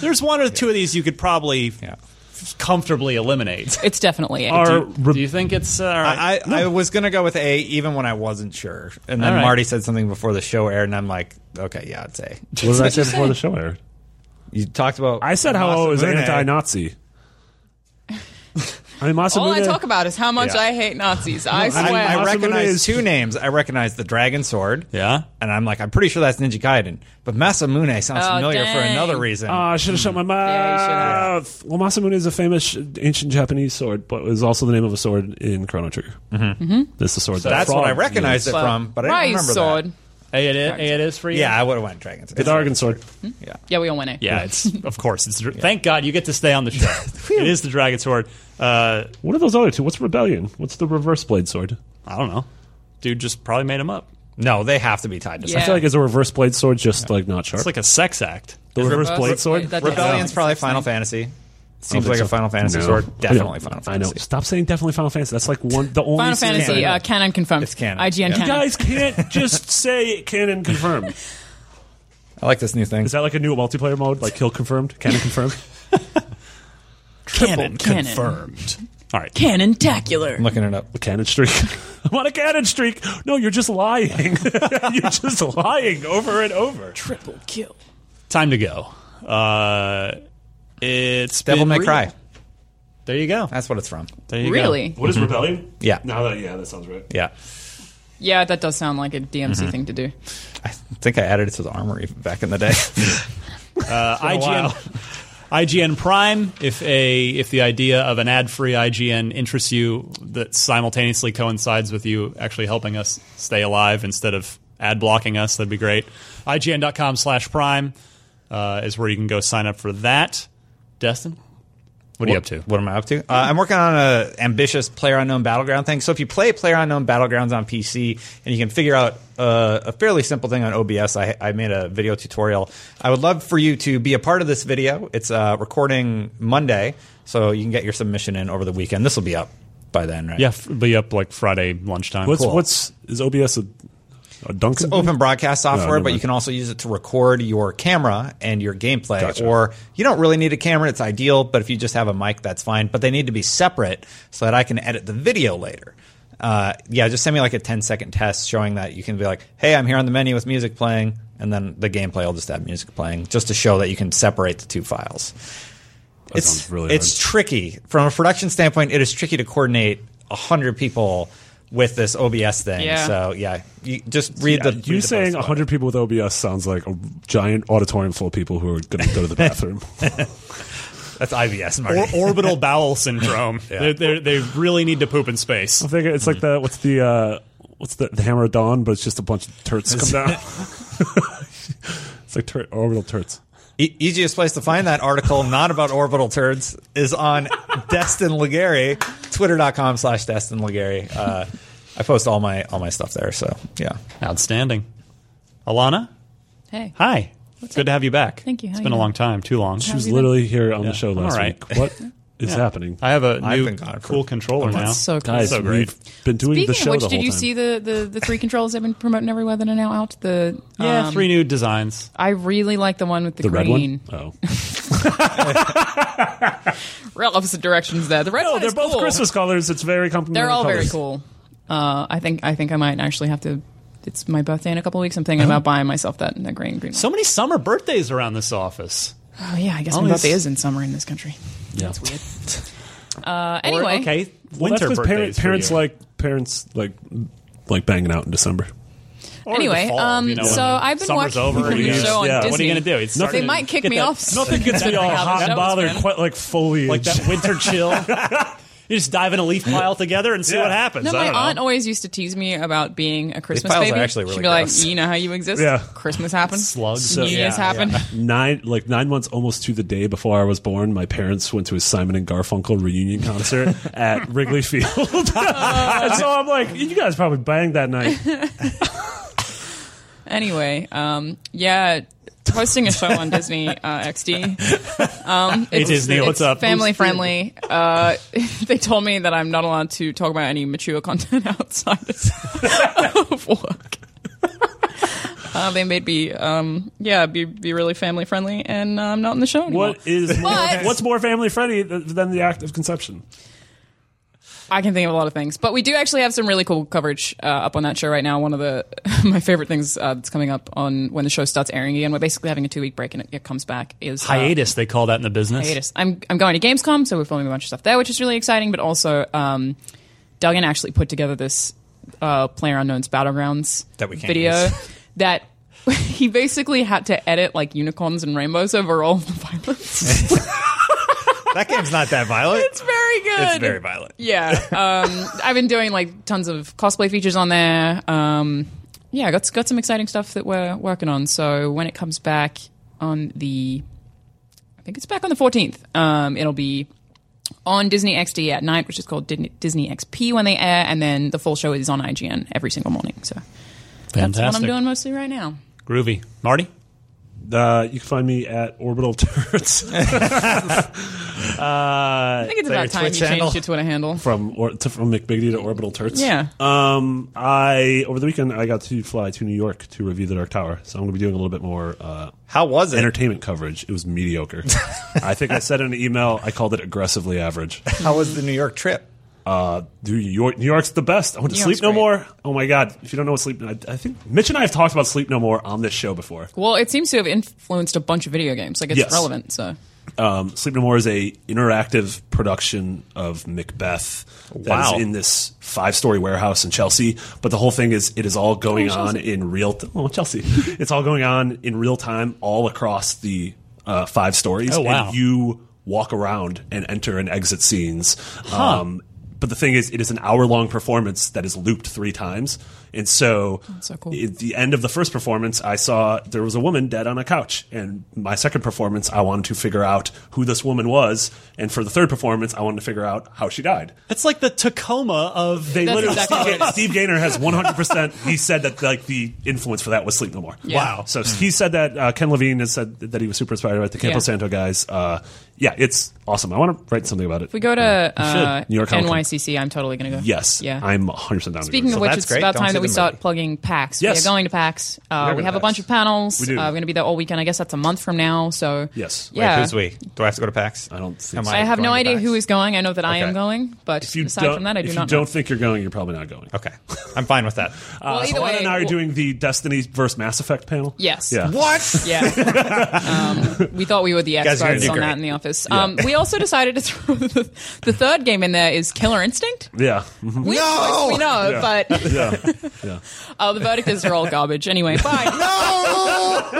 Speaker 1: there's one or two of these you could probably
Speaker 3: Yeah.
Speaker 1: comfortably eliminate.
Speaker 4: It's definitely A.
Speaker 2: Are
Speaker 1: Do you think it's uh, all right?
Speaker 3: I, I, I was gonna go with A even when I wasn't sure, and then
Speaker 1: All right.
Speaker 3: Marty said something before the show aired, and I'm like, okay, yeah, it's A.
Speaker 2: what did I say before the show aired?
Speaker 3: You talked about
Speaker 2: I said how I was
Speaker 3: Masamune.
Speaker 2: anti-Nazi. I mean, Masamune,
Speaker 4: All I talk about is how much
Speaker 3: Yeah.
Speaker 4: I hate Nazis. I
Speaker 3: I,
Speaker 4: swear.
Speaker 3: I
Speaker 2: Masamune
Speaker 3: recognize
Speaker 2: is-
Speaker 3: two names. I recognize the Dragon Sword.
Speaker 1: yeah.
Speaker 3: And I'm like, I'm pretty sure that's Ninja Gaiden, but Masamune sounds
Speaker 4: Oh,
Speaker 3: familiar for
Speaker 4: dang.
Speaker 3: another reason.
Speaker 2: Oh, I should have shut my mouth.
Speaker 4: Yeah, you should
Speaker 2: Well, Masamune is a famous ancient Japanese sword, but it was also the name of a sword in Chrono Trigger. Mm-hmm. That's the sword. that
Speaker 3: that's what
Speaker 2: Frog
Speaker 3: I recognized it
Speaker 4: But
Speaker 2: used.
Speaker 3: from, but I don't
Speaker 4: Ryu's
Speaker 3: remember
Speaker 4: sword.
Speaker 3: that.
Speaker 1: Hey, it is, hey, it is for you.
Speaker 3: Yeah, I would have went Dragon Sword.
Speaker 2: The Dragon sword.
Speaker 4: Mm-hmm. Yeah, we all win A.
Speaker 1: Yeah, it's of course. It's thank God you get to stay on the show. it is the dragon sword. Uh,
Speaker 2: What are those other two? What's Rebellion? What's the reverse blade sword?
Speaker 1: I don't know. Dude just probably made him up.
Speaker 3: No, they have to be tied to
Speaker 4: Yeah.
Speaker 2: I feel like it's a reverse blade sword, just like not sharp.
Speaker 1: It's like a sex act.
Speaker 2: the reverse,
Speaker 4: Reverse
Speaker 2: blade
Speaker 4: blade,
Speaker 2: sword.
Speaker 4: that-
Speaker 3: something. Rebellion's
Speaker 4: Yeah.
Speaker 3: probably Final Fantasy. Seems like a Final Fantasy
Speaker 2: No.
Speaker 3: sword.
Speaker 2: I
Speaker 3: Definitely
Speaker 2: know.
Speaker 3: Final
Speaker 2: I know.
Speaker 3: Fantasy.
Speaker 2: Stop saying definitely Final Fantasy. That's like one the only
Speaker 4: Final
Speaker 2: series I
Speaker 4: Fantasy
Speaker 2: know.
Speaker 4: uh, canon confirmed.
Speaker 3: It's canon.
Speaker 4: IGN
Speaker 3: Yeah.
Speaker 4: canon.
Speaker 2: Guys can't just say canon confirmed.
Speaker 3: I like this new thing.
Speaker 2: Is that like a new multiplayer mode? Like kill confirmed, canon confirmed.
Speaker 4: canon, canon
Speaker 1: confirmed. All right.
Speaker 4: Canon tacular.
Speaker 3: I'm looking it up.
Speaker 2: Cannon streak. I'm on a cannon streak. No, you're just lying. you're just lying over and over.
Speaker 4: Triple kill.
Speaker 1: Time to go. Uh, it's
Speaker 3: Devil
Speaker 1: been
Speaker 3: May
Speaker 1: real.
Speaker 3: Cry.
Speaker 1: There you go.
Speaker 3: That's what it's from.
Speaker 1: There you go.
Speaker 4: Really?
Speaker 2: What is rebellion?
Speaker 3: Mm-hmm. Yeah.
Speaker 2: Now that yeah, that sounds right.
Speaker 3: Yeah.
Speaker 4: Yeah, that does sound like a DMC thing to do.
Speaker 3: I think I added it to the armory back in the day.
Speaker 1: IGN, IGN Prime. If a if the idea of an ad free IGN interests you, that simultaneously coincides with you actually helping us stay alive instead of ad blocking us, that'd be great. IGN.com slash Prime uh, is where you can go sign up for that. Destin, what are you up to?
Speaker 3: What am I up to? Uh, I'm working on a ambitious player unknown battleground thing. So if you play player unknown battlegrounds on PC and you can figure out uh, a fairly simple thing on OBS, I, I made a video tutorial. I would love for you to be a part of this video. It's uh, recording Monday, so you can get your submission in over the weekend. This will be up by then, right?
Speaker 1: Yeah, f- be up like Friday lunchtime.
Speaker 2: What's
Speaker 3: Cool.
Speaker 2: what's is OBS a, a Duncan?
Speaker 3: open broadcast software,
Speaker 2: never
Speaker 3: but you
Speaker 2: mind.
Speaker 3: can also use it to record your camera and your gameplay.
Speaker 2: Gotcha.
Speaker 3: Or you don't really need a camera; it's ideal. But if you just have a mic, that's fine. But they need to be separate so that I can edit the video later. Uh, yeah, just send me like a 10 second test showing that you can be like, "Hey, I'm here on the menu with music playing," and then the gameplay will just have music playing, just to show that you can separate the two files it's
Speaker 2: sounds really
Speaker 3: it's tricky from a production standpoint. It is tricky to coordinate hundred people with this OBS thing.
Speaker 4: Yeah.
Speaker 3: So yeah, you just read the. read
Speaker 2: you
Speaker 3: the
Speaker 2: saying
Speaker 3: post about
Speaker 2: 100 people with OBS sounds like a giant auditorium full of people who are going to go to the bathroom.
Speaker 3: it. that's IBS, Marty.
Speaker 1: Or orbital bowel syndrome. They're- they're- they really need to poop in space.
Speaker 2: I think it's like
Speaker 1: Mm-hmm.
Speaker 2: the what's the uh, what's the, the hammer of dawn, but it's just a bunch of turts come down. it's like tur- orbital turts.
Speaker 3: E- easiest place to find that article, not about orbital turds, is on Destin Legary, twitter.com slash Destin Legary. Uh, I post all my all my stuff there. So yeah,
Speaker 1: Outstanding. Alana,
Speaker 4: Hey.
Speaker 1: hi. Good to have you back.
Speaker 4: Thank you.
Speaker 1: It's
Speaker 4: How
Speaker 1: been
Speaker 4: you
Speaker 1: a
Speaker 4: doing?
Speaker 1: long time. Too long.
Speaker 2: She was literally here on the show
Speaker 1: I'm
Speaker 2: last
Speaker 1: all right.
Speaker 2: week. What is happening?
Speaker 1: I have a
Speaker 3: I've
Speaker 1: new
Speaker 3: been gone for-
Speaker 1: cool controller now.
Speaker 4: Oh, That's so cool.
Speaker 2: Guys,
Speaker 1: so great.
Speaker 2: we've been doing the
Speaker 4: Speaking
Speaker 2: show
Speaker 4: of which,
Speaker 2: the
Speaker 4: did
Speaker 2: whole
Speaker 4: you
Speaker 2: time.
Speaker 4: see the, the, the three controls I've been promoting everywhere that are now out? The
Speaker 1: yeah,
Speaker 4: um,
Speaker 1: three new designs.
Speaker 4: I really like the one with the,
Speaker 2: the red
Speaker 4: green.
Speaker 2: one? Oh.
Speaker 4: Real opposite directions there. The red
Speaker 2: No,
Speaker 4: one
Speaker 2: they're
Speaker 4: is
Speaker 2: both
Speaker 4: cool.
Speaker 2: Christmas colors. It's very complimentary.
Speaker 4: They're all very
Speaker 2: colours.
Speaker 4: cool. Uh, I think I think I might actually have to. It's my birthday in a couple of weeks. I'm thinking about buying myself that that green green.
Speaker 1: So many summer birthdays around this office.
Speaker 4: one. oh yeah, I guess my
Speaker 1: Always-
Speaker 4: birthday is in summer in this country.
Speaker 2: Yeah.
Speaker 4: That's weird. Uh, anyway,
Speaker 1: Or, okay,
Speaker 2: Well, that's
Speaker 1: winter
Speaker 2: because
Speaker 1: birthdays.
Speaker 2: parents,
Speaker 1: for
Speaker 2: parents
Speaker 1: you.
Speaker 2: like parents like like banging out in December.
Speaker 1: Or
Speaker 4: Anyway,
Speaker 1: the fall,
Speaker 4: um,
Speaker 1: you know,
Speaker 4: so
Speaker 1: when
Speaker 4: I've been
Speaker 1: summer's
Speaker 4: watching
Speaker 1: over and
Speaker 4: the
Speaker 1: you-
Speaker 4: show on
Speaker 2: Yeah.
Speaker 1: What are you
Speaker 4: Disney.
Speaker 1: going to do? It's
Speaker 4: they
Speaker 1: starting to
Speaker 4: might kick
Speaker 1: get
Speaker 4: me
Speaker 1: that-
Speaker 4: off.
Speaker 2: Nothing gets me all
Speaker 4: how the
Speaker 2: hot and
Speaker 4: show was,
Speaker 2: bothered
Speaker 4: man.
Speaker 2: quite like foliage.
Speaker 1: like that winter chill. you just dive in a leaf pile together and see
Speaker 2: Yeah.
Speaker 1: what happens.
Speaker 4: No,
Speaker 1: I
Speaker 4: my
Speaker 1: don't know.
Speaker 4: aunt always used to tease me about being a Christmas
Speaker 3: piles are
Speaker 4: baby.
Speaker 3: actually
Speaker 4: She'd
Speaker 3: really
Speaker 4: be like,
Speaker 3: gross.
Speaker 4: "You know how you exist?
Speaker 2: Yeah.
Speaker 4: Christmas happens.
Speaker 1: Slugs.
Speaker 4: New
Speaker 1: So-
Speaker 4: Year's
Speaker 1: yeah,
Speaker 4: happen.
Speaker 2: nine like nine months almost to the day before I was born, my parents went to a Simon and Garfunkel reunion concert at Wrigley Field.
Speaker 4: Oh.
Speaker 2: and so I'm like, you guys probably banged that night.
Speaker 4: Anyway, um, yeah, hosting a show on Disney uh, XD. Um, it's,
Speaker 1: Disney,
Speaker 4: it's
Speaker 1: what's up?
Speaker 4: Family friendly. Uh, they told me that I'm not allowed to talk about any mature content outside of of work. Uh, they made me, um, yeah, be be really family friendly, and uh, I'm not in the show anymore.
Speaker 2: What is more,
Speaker 4: But-
Speaker 2: what's more family friendly th- than the act of conception?
Speaker 4: I can think of a lot of things, but we do actually have some really cool coverage uh, up on that show right now. One of the my favorite things uh, that's coming up on when the show starts airing again. We're basically having a two week break, and it, it comes back is uh,
Speaker 1: hiatus. They call that in the business.
Speaker 4: hiatus. I'm I'm going to Gamescom, so we're filming a bunch of stuff there, which is really exciting. But also, um, Duggan actually put together this uh, Player Unknown's Battlegrounds
Speaker 3: That we can't
Speaker 4: video
Speaker 3: use.
Speaker 4: that he basically had to edit like unicorns and rainbows over all the violence.
Speaker 3: that game's not that violent.
Speaker 4: it's very good.
Speaker 3: It's very violent.
Speaker 4: Yeah. Um, I've been doing like tons of cosplay features on there. Um, yeah, got got some exciting stuff that we're working on. So when it comes back on the, I think it's back on the fourteenth. Um, it'll be on Disney XD at night, which is called Din- Disney XP when they air, and then the full show is on IGN every single morning. So that's
Speaker 1: Fantastic.
Speaker 4: what I'm doing mostly right now.
Speaker 1: Groovy, Marty.
Speaker 2: Uh, you can find me at Orbital Turrets Uh,
Speaker 4: I think it's
Speaker 3: that your
Speaker 4: about time you
Speaker 3: Twitch handle?
Speaker 4: changed your Twitter handle.
Speaker 2: from or, to, from McBiggity to Orbital Turrets.
Speaker 4: Yeah.
Speaker 2: Um, I over the weekend I got to fly to New York to review the Dark Tower, so I'm going to be doing a little bit more uh,
Speaker 3: How was it?
Speaker 2: entertainment coverage. It was mediocre. I think I said in an email I called it aggressively average.
Speaker 3: How was the New York trip?
Speaker 2: Uh, New York, New York's the best. I want to
Speaker 4: New York's
Speaker 2: sleep no
Speaker 4: great.
Speaker 2: more. Oh my god! If you don't know what sleep, I, I think Mitch and I have talked about sleep no more on this show before.
Speaker 4: Well, it seems to have influenced a bunch of video games. Like it's
Speaker 2: Yes.
Speaker 4: relevant. So
Speaker 2: Um, Sleep No More is a interactive production of Macbeth that is
Speaker 3: Wow.
Speaker 2: in this five story warehouse in Chelsea. But the whole thing is it is all going
Speaker 1: Oh,
Speaker 2: on in real t- oh Chelsea. it's all going on in real time all across the uh, five stories.
Speaker 1: Oh, wow.
Speaker 2: And you walk around and enter and exit scenes. Um, but the thing is, it is an hour long performance that is looped three times. And so,
Speaker 4: so cool.
Speaker 2: it- at the end of the first performance, I saw there was a woman dead on a couch. And my second performance, I wanted to figure out who this woman was. And for the third performance, I wanted to figure out how she died.
Speaker 1: It's like the Tacoma of
Speaker 2: They
Speaker 4: That's
Speaker 2: literally,
Speaker 4: exactly what
Speaker 2: Steve,
Speaker 4: it
Speaker 2: Ga- Steve Gaynor has 100%. he said that like the influence for that was Sleep No More.
Speaker 4: Yeah. Wow.
Speaker 2: So he said that uh, Ken Levine has said that he was super inspired by the Campo
Speaker 4: Yeah.
Speaker 2: Santo guys. Uh, yeah, it's awesome. I want to write something about it.
Speaker 4: If we go to uh,
Speaker 2: New York Comic Con.
Speaker 4: NYCC, I'm totally going to go.
Speaker 2: yes,
Speaker 4: Yeah.
Speaker 2: I'm 100% down.
Speaker 4: Speaking
Speaker 2: to
Speaker 4: of
Speaker 2: do
Speaker 4: which,
Speaker 2: it.
Speaker 3: that's
Speaker 4: it's
Speaker 3: great.
Speaker 4: about
Speaker 3: Don't
Speaker 4: time
Speaker 3: see
Speaker 4: that we
Speaker 3: the
Speaker 4: start
Speaker 3: movie.
Speaker 4: plugging PAX.
Speaker 2: Yes.
Speaker 4: We are going to PAX. Uh,
Speaker 2: going
Speaker 4: we
Speaker 2: to
Speaker 4: have a bunch
Speaker 2: PAX.
Speaker 4: of panels.
Speaker 2: We do.
Speaker 4: Uh, we're going to be there all weekend. I guess that's a month from now. So
Speaker 2: Yes. Wait,
Speaker 4: yeah.
Speaker 3: Who's we? Do I have to go to PAX?
Speaker 2: I don't think
Speaker 3: Am
Speaker 2: so.
Speaker 4: Uh, I have
Speaker 3: going
Speaker 4: no
Speaker 3: to
Speaker 4: idea
Speaker 3: PAX?
Speaker 4: who is going. I know that I am
Speaker 3: Okay.
Speaker 4: going, but
Speaker 2: if you
Speaker 4: aside
Speaker 2: don't,
Speaker 4: from that, I do
Speaker 2: if
Speaker 4: not
Speaker 2: you
Speaker 4: know.
Speaker 2: don't think you're going, you're probably not going.
Speaker 3: Okay, I'm fine with that.
Speaker 4: well,
Speaker 2: Uh,
Speaker 4: either
Speaker 2: Solana
Speaker 4: way,
Speaker 2: and I are
Speaker 4: we'll-
Speaker 2: doing the Destiny versus Mass Effect panel.
Speaker 4: Yes.
Speaker 2: Yeah.
Speaker 3: What?
Speaker 4: Yeah. um, we thought we were the
Speaker 3: guys are gonna
Speaker 4: experts
Speaker 3: do
Speaker 4: on
Speaker 3: great.
Speaker 4: that in the office. those. Um, we also decided to throw the, the third game in there is Killer Instinct.
Speaker 2: Yeah. Mhm.
Speaker 4: We,
Speaker 3: No!
Speaker 4: we know, but
Speaker 2: Yeah.
Speaker 4: uh, the verdict is they're all garbage. Anyway, fine. no,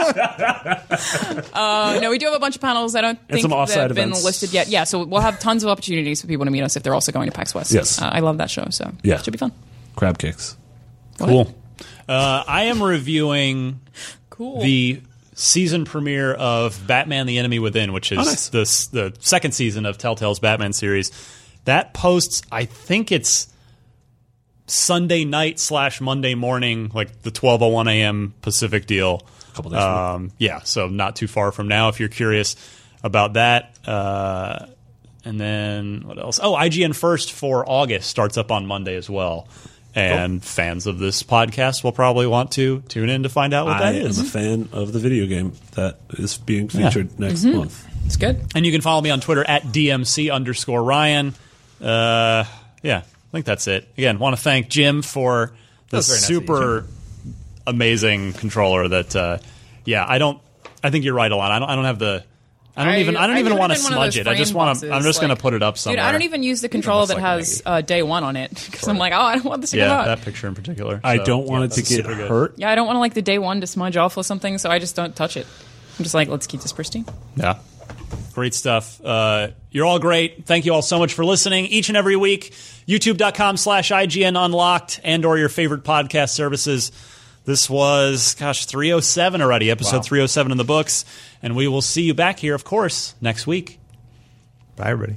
Speaker 4: uh, no, we do have a bunch of panels. I don't think
Speaker 2: some
Speaker 4: they've
Speaker 2: offsite
Speaker 4: been
Speaker 2: events.
Speaker 4: listed yet. Yeah, so we'll have tons of opportunities for people to meet us if they're also going to PAX West.
Speaker 2: Yes.
Speaker 4: uh, I love that show. So
Speaker 2: Yeah.
Speaker 4: should be fun.
Speaker 2: Crab cakes.
Speaker 1: Cool. Uh, I am reviewing
Speaker 4: Cool.
Speaker 1: the season premiere of Batman: The Enemy Within, which is
Speaker 2: Oh, nice.
Speaker 1: the s- the second season of Telltale's Batman series. That posts, I think it's Sunday night slash Monday morning, like the twelve oh one a.m. Pacific deal. A
Speaker 2: couple days from now.
Speaker 1: Um, yeah, so not too far from now. If you're curious about that. Uh, and then what else? Oh, IGN First for August starts up on Monday as well. And fans of this podcast will probably want to tune in to find out what
Speaker 2: I
Speaker 1: that is.
Speaker 2: am a fan of the video game that is being featured next month.
Speaker 4: It's good.
Speaker 1: And you can follow me on Twitter at DMC underscore Ryan. Uh, yeah, I think that's it. Again, want to thank Jim for the
Speaker 3: was very nice of you,
Speaker 1: super amazing controller that, uh, yeah, I don't, I think you're right, Alon. I don't, I don't have the, I don't
Speaker 4: I-
Speaker 1: even, I don't
Speaker 4: I've
Speaker 1: even
Speaker 4: never
Speaker 1: want to
Speaker 4: been one of those
Speaker 1: smudge it. I just
Speaker 4: frame
Speaker 1: want
Speaker 4: boxes,
Speaker 1: to, I'm just going
Speaker 4: like-
Speaker 1: to put it up somewhere.
Speaker 4: Dude, I don't even use the controller that
Speaker 3: like
Speaker 4: has uh, day one on it because I'm like, oh, I don't want this to
Speaker 1: yeah,
Speaker 4: get hurt.
Speaker 1: that picture in particular.
Speaker 2: I
Speaker 1: So,
Speaker 2: don't want
Speaker 1: yeah,
Speaker 2: it to
Speaker 1: that's
Speaker 2: get
Speaker 1: super good.
Speaker 2: hurt.
Speaker 4: yeah, I don't want to like the day one to smudge off or something, so I just don't touch it. I'm just like, let's keep this pristine.
Speaker 1: Yeah. Great stuff. Uh, you're all great. Thank you all so much for listening each and every week. YouTube.com slash IGN Unlocked and or your favorite podcast services. This was, gosh, 307 already, episode 307 in the books. And we will see you back here, of course, next week.
Speaker 3: Bye, everybody.